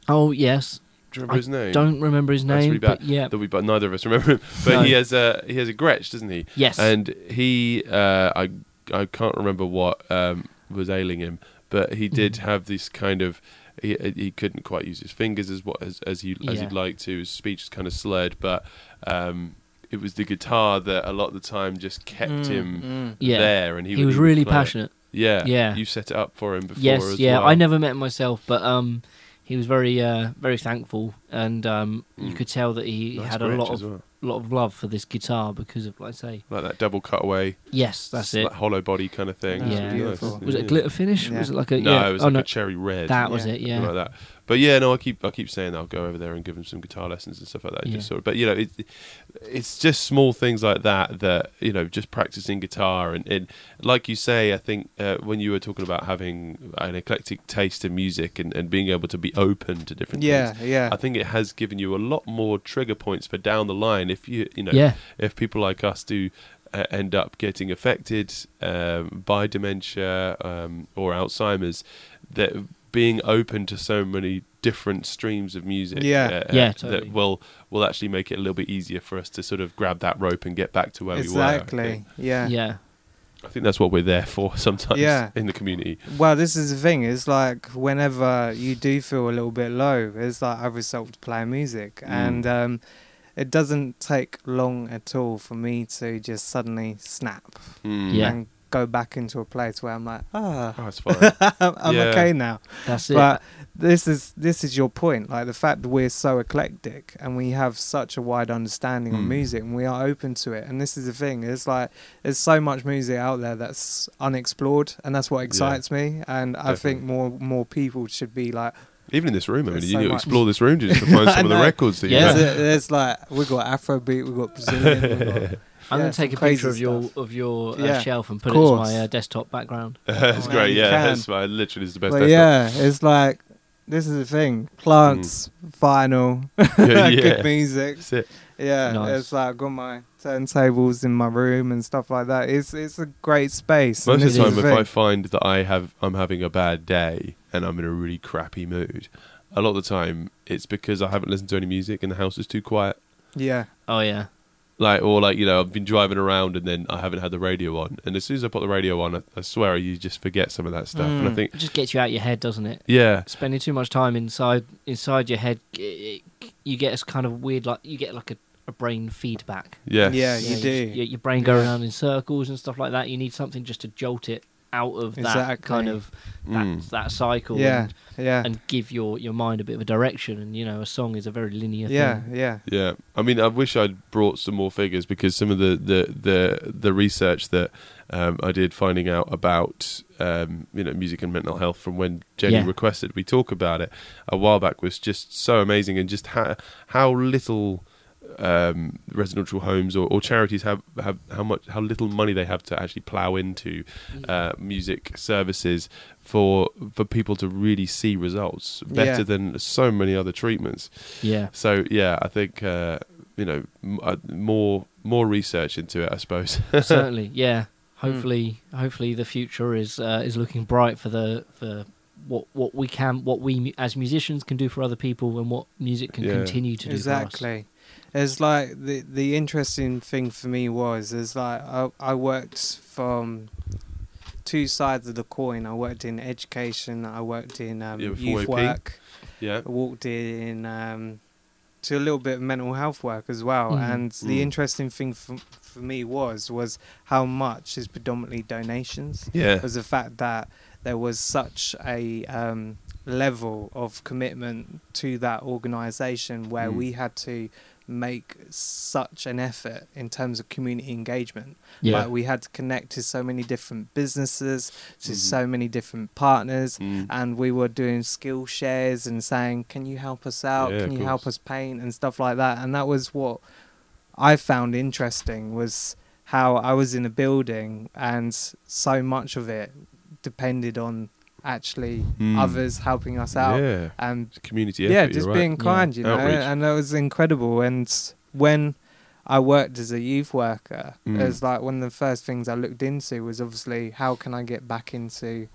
Oh yes,
Do you remember
I
his name?
don't remember his
That's
name,
really bad.
but yeah,
That we, but neither of us remember him. But
No.
he has a he has a Gretsch, doesn't he?
yes,
And he, uh, I I can't remember what um, was ailing him, but he did have this kind of. He, uh, he couldn't quite use his fingers as what as as he as
Yeah.
he'd like to. His speech was kind of slurred, but um, it was the guitar that a lot of the time just kept
Mm,
him
mm.
yeah.
there, and he,
he
would-
was
he would
really
play it.
passionate.
Yeah,
Yeah.
You set it up for him before.
Yes,
as
yeah.
well.
I never met him myself, but um, he was very, uh, very thankful, and um, you
Mm.
could tell that he
Nice
had a
bridge
lot
as
of
well.
lot of love for this guitar because of, like, I say,
like that double cutaway.
yes, that's it.
Like hollow body kind of thing.
Yeah.
It's really
Beautiful.
nice.
Was it a
Yeah.
glitter finish?
Yeah.
Was it like a
No,
yeah.
it was
oh,
like
no.
a cherry red.
that was
Yeah.
it.
something
Yeah,
Like that. But yeah, no, I keep I keep saying that I'll go over there and give him some guitar lessons and stuff like that. and Just
Yeah.
sort of, but you know, it, it's just small things like that that you know, just practicing guitar and, and like you say, I think uh, when you were talking about having an eclectic taste in music and, and being able to be open to different
yeah
things.
yeah
I think it has given you a lot more trigger points for down the line. If you, you know,
yeah,
if people like us do uh, end up getting affected um, by dementia um, or Alzheimer's, that being open to so many different streams of music, uh,
Yeah.
Yeah, totally.
that will will actually make it a little bit easier for us to sort of grab that rope and get back to where we were. I
exactly
think.
yeah
yeah,
I think that's what we're there for [laughs] sometimes
Yeah.
in the community.
Well, this is the thing. It's like whenever you do feel a little bit low, it's like I resort to playing music,
Mm.
and um, it doesn't take long at all for me to just suddenly snap
Mm.
Yeah.
and go back into a place where I'm like, ah, [laughs]
Oh, it's fine.
I'm
Yeah.
okay now.
that's it.
But this is this is your point. Like the fact that we're so eclectic and we have such a wide understanding of
Mm.
music, and we are open to it. And this is the thing. It's like there's so much music out there that's unexplored, and that's what excites me. And I think
Definitely.
more more people should be like,
Even in this room, I mean,
There's
you
so
need to
much.
explore this room just to
[laughs]
find
I
some of the
know.
records that you
Yeah.
there's,
have.
a- there's like we got Afrobeat, we got Brazilian. we got,
[laughs]
I'm
yeah,
gonna take a
some crazy
picture of your
stuff.
of your uh,
Yeah.
shelf and put it as
Course.
my uh, desktop background.
that's
Oh, man,
great.
you
Yeah,
can.
that's fine. Literally, is the best.
But
desktop.
yeah, it's like this is the thing. Plants, vinyl,
[laughs] Hmm. [laughs]
[laughs]
Yeah, yeah.
good music.
That's it.
It Yeah,
Nice.
it's like I've got my turntables in my room and stuff like that. It's it's a great space. and
Most of
this
the
is
time, if I
thing.
find that I have I'm having a bad day and I'm in a really crappy mood, a lot of the time it's because I haven't listened to any music and the house is too quiet.
yeah,
Oh yeah.
Like or like you know I've been driving around and then I haven't had the radio on, and as soon as I put the radio on, I, I swear you just forget some of that stuff. And I
Mm.
think
It just gets you out your head, doesn't it?
yeah,
Spending too much time inside inside your head, it, it- you get this kind of weird like you get like a, a brain feedback.
yeah,
Yeah, you do.
Your, your brain go around in circles and stuff like that. You need something just to jolt it out of that
Exactly.
kind of that,
Mm.
that cycle.
yeah,
And,
[laughs] yeah,
and give your, your mind a bit of a direction, and you know a song is a very linear
yeah,
thing.
yeah.
Yeah, I mean, I wish I'd brought some more figures because some of the the the, the research that um, I did finding out about um, you know music and mental health from when Jenny
Yeah.
requested we talk about it a while back was just so amazing and just how how little um, residential homes or, or charities have, have how much how little money they have to actually plow into uh, music services for for people to really see results better
Yeah.
than so many other treatments.
[laughs]
Yeah.
So yeah, I think uh, you know m- uh, more more research into it. I suppose. [laughs]
certainly yeah
Hmm.
hopefully hopefully the future is uh, is looking bright for the for what what we can what we mu- as musicians can do for other people and what music can
Yeah.
continue to do for us.
exactly it's like the the interesting thing for me was is like I, I worked from two sides of the coin i worked in education i worked in um,
Yeah, with 4AP.
youth work
yeah.
i walked in um, to a little bit of mental health work as well
Mm.
and the
Mm.
interesting thing for, for me was was how much is predominantly donations
Yeah.
was the fact that there was such a um, level of commitment to that organization where
Mm.
we had to make such an effort in terms of community engagement.
yeah
Like we had to connect to so many different businesses, to
Mhm.
so many different partners.
Mm.
And we were doing skill shares and saying, Can you help us out?
Yeah,
Can
of
you help
course.
us paint and stuff like that? And that was what I found interesting was how I was in a building and so much of it depended on actually
Mm.
others helping us out
Yeah.
and
It's a community effort.
yeah, just
you're right.
being kind, you know,
Outreach.
and that was incredible. And when I worked as a youth worker,
Mm.
it was like one of the first things I looked into was obviously how can I get back into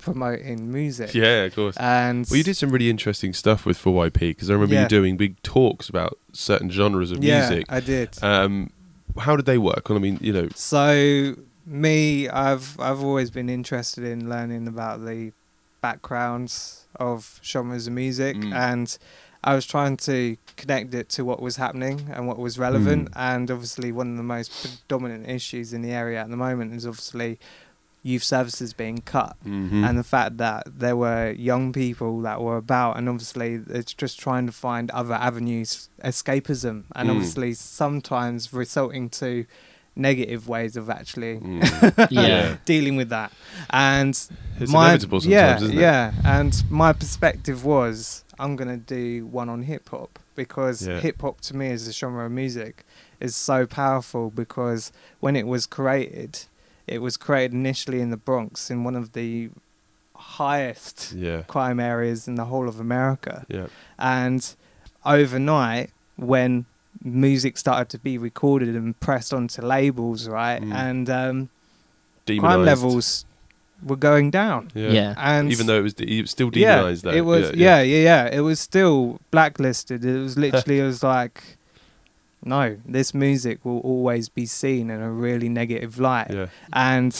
promoting music?
Yeah, of course.
and
well, you did some really interesting stuff with 4YP because I remember you
Yeah.
doing big talks about certain genres of
yeah,
music.
I did.
Um, how did they work? Well, I mean, you know,
So me, I've I've always been interested in learning about the backgrounds of genres of music,
Mm.
and I was trying to connect it to what was happening and what was relevant. And obviously, one of the most predominant issues in the area at the moment is obviously youth services being cut.
mhm.
And the fact that there were young people that were about, and obviously it's just trying to find other avenues, escapism, and
Mm.
obviously sometimes resulting to negative ways of actually
Mm.
[laughs] yeah
dealing with that. And
it's
my,
inevitable sometimes,
yeah,
isn't it?
yeah. And my perspective was, I'm gonna do one on hip hop because
Yeah.
hip hop to me as a genre of music is so powerful because when it was created, it was created initially in the Bronx in one of the highest
Yeah.
crime areas in the whole of America.
Yeah.
And overnight, when music started to be recorded and pressed onto labels, right,
Mm.
and um, crime
Demonized.
levels were going down.
Yeah.
Yeah.
And
Even though it was, de- it was still
yeah,
demonized. though.
It was yeah, yeah, yeah, It was still blacklisted. It
[laughs]
was literally it was like no, this music will always be seen in a really negative light.
yeah.
And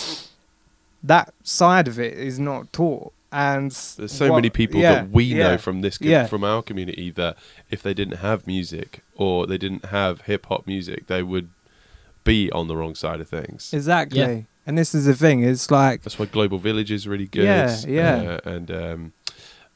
that side of it is not taught. And
There's so
what-
many people
yeah,
that we
yeah.
know from this co-
yeah.
from our community that if they didn't have music or they didn't have hip hop music, they would be on the wrong side of things.
Exactly.
Yeah.
And this is the thing. It's like
That's why Global Village is really good.
Yeah, yeah.
Uh, and um,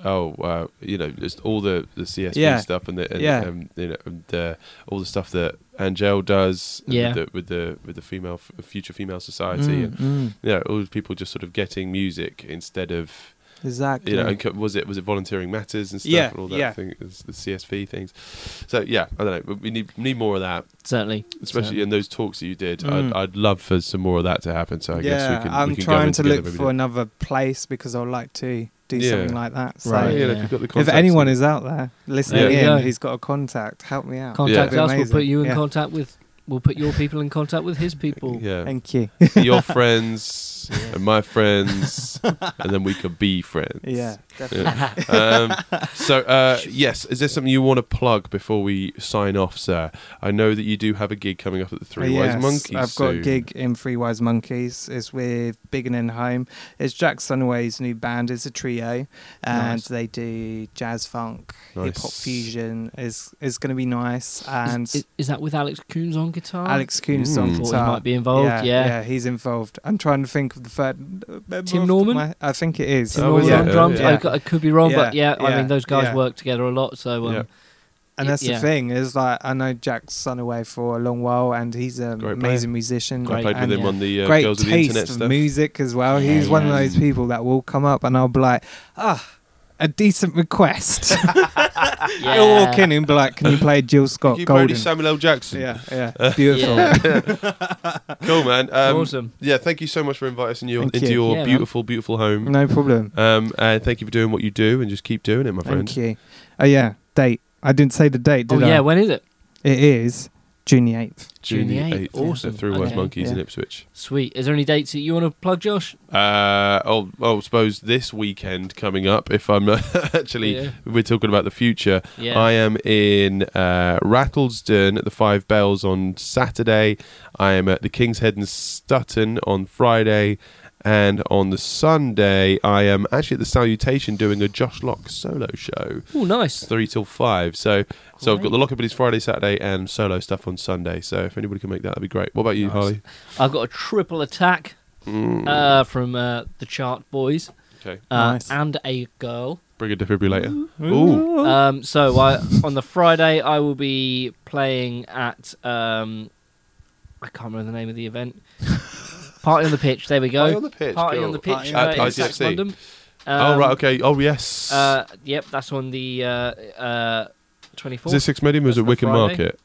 oh, uh, you know, just all the the CSP
Yeah.
stuff and the and,
Yeah.
um, you know and, uh, all the stuff that Angel does.
Yeah.
With the, with the with the female f- future female society and
Mm, mm.
yeah, all these people just sort of getting music instead of
exactly.
you know, and co- was it was it volunteering matters and stuff
Yeah,
and all that
yeah.
thing, it was the CSV things. So yeah, I don't know. We need need more of that,
certainly.
especially
certainly.
in those talks that you did. I'd,
Mm.
I'd love for some more of that to happen. So I guess
yeah,
we can.
I'm
we can go
trying
in
to
together
look
maybe
for another place because I'd like to do
Yeah.
something like that. So
do-
Right,
yeah,
yeah.
Like you've got the
if
contacts
anyone
and-
is out there listening
Yeah.
in
Yeah.
who's got a contact, help me out.
Contact
Yeah.
That'd
us.
be
We'll put
amazing.
you in
Yeah.
contact with. We'll put your people in contact with his people.
yeah, [laughs]
Thank you. [laughs]
your friends and my friends, and then we could be friends.
yeah, definitely.
Yeah. um,
[laughs]
so uh, yes, is there something you want to plug before we sign off, sir? I know that you do have a gig coming up at the Three
Uh,
Wise
yes,
Monkeys.
I've got a
soon.
gig in Three Wise Monkeys. It's with Big and In Home. It's Jack Sunaway's new band. It's a trio, and
Nice.
they do jazz, funk, hip hop
Nice.
fusion. It's it's going to be nice. [laughs] And
Is, is, is that with Alex Coons on guitar?
Alex Coons
Mm.
on
Thought he
Thought
guitar.
he might be involved. Yeah.
he's involved. I'm trying to think of the third member
Tim
off the-
Norman?
my- I think it is.
Tim
Oh,
Norman
yeah.
on drums.
Yeah.
I, c- I could be wrong, but
Yeah,
yeah,
yeah,
I mean those guys
yeah.
work together a lot. So um,
Yeah.
And that's
Yeah.
the thing is like I know Jack's son away for a long while, and he's an
Great player.
amazing musician.
I played with
and
him on the uh,
great
Girls of the
taste
Internet
of
stuff.
music as well.
Yeah,
he's one of
yeah.
those people that will come up, and I'll be like, ah, a decent
[laughs]
request. [laughs]
yeah.
He'll walk in and be like, can you play
[laughs]
Jill Scott
You parody
Golden?
Samuel L. Jackson.
[laughs] Yeah,
[laughs]
yeah, beautiful.
Cool, man. [laughs] Um,
awesome.
Yeah, thank you so much for inviting us in your,
Thank
into
you.
your
Yeah, man.
beautiful, beautiful home.
No problem.
Um, and thank you for doing what you do, and just keep doing it, my friend.
Thank you. Oh yeah, date. I didn't say the date,
Oh
did I?
yeah, when is it?
It is June the eighth.
June the
June the
eighth,
eighth, awesome.
Three Wise
Okay.
Monkeys in
Yeah.
Ipswich.
Sweet. Is there any dates that you want to plug, Josh?
Uh, oh, oh, I suppose this weekend coming up. If I'm [laughs] actually,
Yeah.
we're talking about the future.
Yeah.
I am in uh, Rattlesden at the Five Bells on Saturday. I am at the King's Head and Stutton on Friday. And on the Sunday, I am actually at the Salutation doing a Josh Locke solo show,
oh, nice.
three till five. So, so I've got
Great.
the Lockabilly's Friday, Saturday, and solo stuff on Sunday. So, if anybody can make that, that'd be great. What about you,
Nice.
Harley?
I've got a triple attack
Mm,
uh, from uh, the Chart Boys
okay,
uh,
Nice.
and a girl.
bring a defibrillator. Ooh,
Um, so I, on the Friday, I will be playing at um, I can't remember the name of
[laughs]
the event. Party on the pitch. There we go.
Party on the pitch,
Party
cool.
on the pitch.
Party
uh,
on the
in
pitch.
Saxe
ICFC.
London.
oh
Um,
right, okay. Oh yes.
Uh, yep, that's on the uh, uh,
is
24th.
this six medium? Or is
That's
it
the
Wickham
Friday.
Market?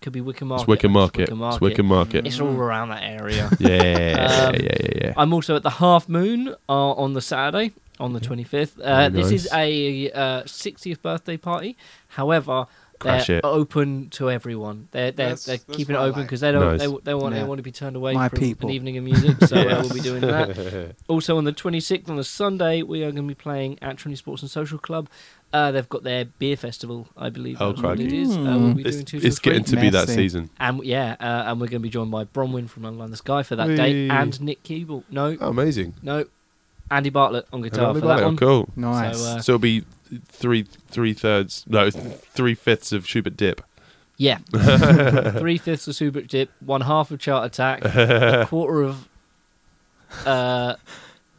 Could be Wickham Market.
It's Wickham Market.
Wickham
It's Wickham Market.
It's all around
[laughs]
that area.
Yeah, yeah,
Um,
yeah, yeah, yeah.
I'm also at the Half Moon uh, on the Saturday, on the 25th. Uh,
Very
This is
nice.
a uh, 60th birthday party. However,
Crash
they're
it.
open to everyone. They're they're,
That's-
they're
that's
keeping it
what I
open
like.
because they don't
Nice.
they, they want
Yeah.
anyone to be turned away
My
from
people.
an evening of music.
[laughs]
So I will be
[laughs]
doing that. Also on the 26th on the Sunday we are going to be playing at Trinity Sports and Social Club. Uh, they've got their beer festival, I believe.
Oh,
that's what it
crikey.
is.
Hmm.
Uh, we'll be
It's,
doing two till
it's
three.
getting to be that
Messy.
season.
And yeah, uh, and we're going to be joined by Bronwyn from Unline the Sky for that day,
Whee.
and Nick Keeble. No,
Oh, amazing.
no, Andy Bartlett on guitar
Lovely
for that
ballad.
one.
Cool.
Nice.
So, uh,
So it'll be three three thirds, no, three fifths of Schubert dip.
Yeah,
[laughs]
three fifths of Subert Dip, one half of Chart
[laughs]
Attack, a quarter of, uh,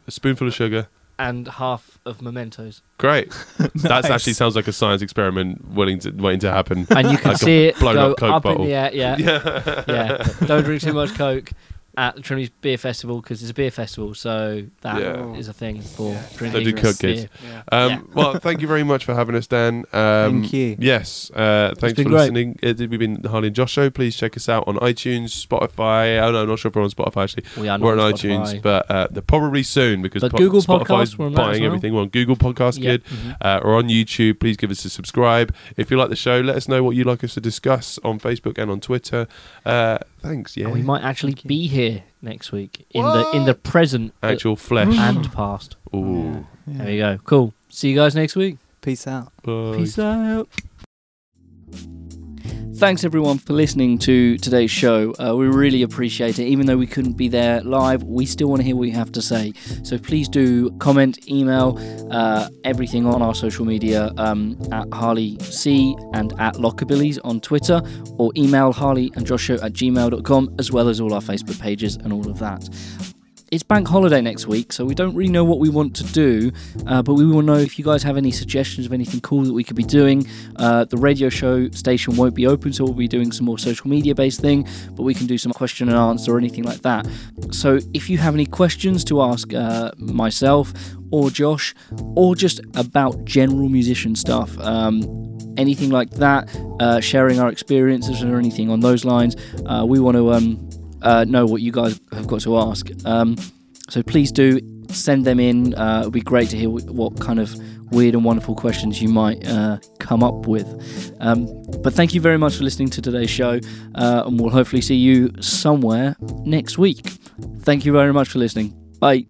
A spoonful of sugar.
and half of
[laughs]
Mementos. [laughs]
Great. That
Nice.
actually sounds like a science experiment willing to waiting to happen.
And you can
Like a
see it
blown
go
up Coke
up
bottle.
in the air.
[laughs]
Yeah, yeah. Don't drink too much Coke. At the Trinity Beer Festival because it's a beer festival, so that is
Yeah.
a thing for
So
drinking.
do Coke, kids.
Yeah.
Um,
[laughs] Yeah.
Well, thank you very much for having us, Dan. Um,
Thank you.
Yes, uh, thanks for
been great.
listening. Uh, we've been the Harley and Josh show. Please check us out on iTunes, Spotify. Oh no, I'm not sure if we're on Spotify actually.
We are not
we're on
on
iTunes,
Spotify.
but uh, they're probably soon because
But Google
Spotify's
Podcasts, we're on that as
buying
well.
everything. We're on Google Podcast,
Yeah.
kid, uh, or on YouTube. Please give us a subscribe. If you like the show, let us know what you'd like us to discuss on Facebook and on Twitter. Uh, thanks. Yeah,
And we might actually be here next week in the in the present
actual flesh.
and past.
Ooh.
There you go. Cool. See you guys next week.
Peace out.
Bye.
Peace out. Thanks everyone for listening to today's show. Uh, we really appreciate it. Even though we couldn't be there live, we still want to hear what you have to say. So please do comment, email, uh, everything on our social media um, at Harley C and at Lockabillies on Twitter, or email Harley and Joshua at gmail.com, as well as all our Facebook pages and all of that it's bank holiday next week, so we don't really know what we want to do, uh, but we will know if you guys have any suggestions of anything cool that we could be doing. Uh, the radio show station won't be open, so we'll be doing some more social media based thing, but we can do some question and answer or anything like that. So if you have any questions to ask uh, myself or Josh, or just about general musician stuff. Um, anything like that, uh, sharing our experiences or anything on those lines. Uh, we want to um, uh, know what you guys have got to ask. Um, so please do send them in. Uh, it would be great to hear wh- what kind of weird and wonderful questions you might uh, come up with. Um, but thank you very much for listening to today's show, uh, and we'll hopefully see you somewhere next week. Thank you very much for listening. Bye.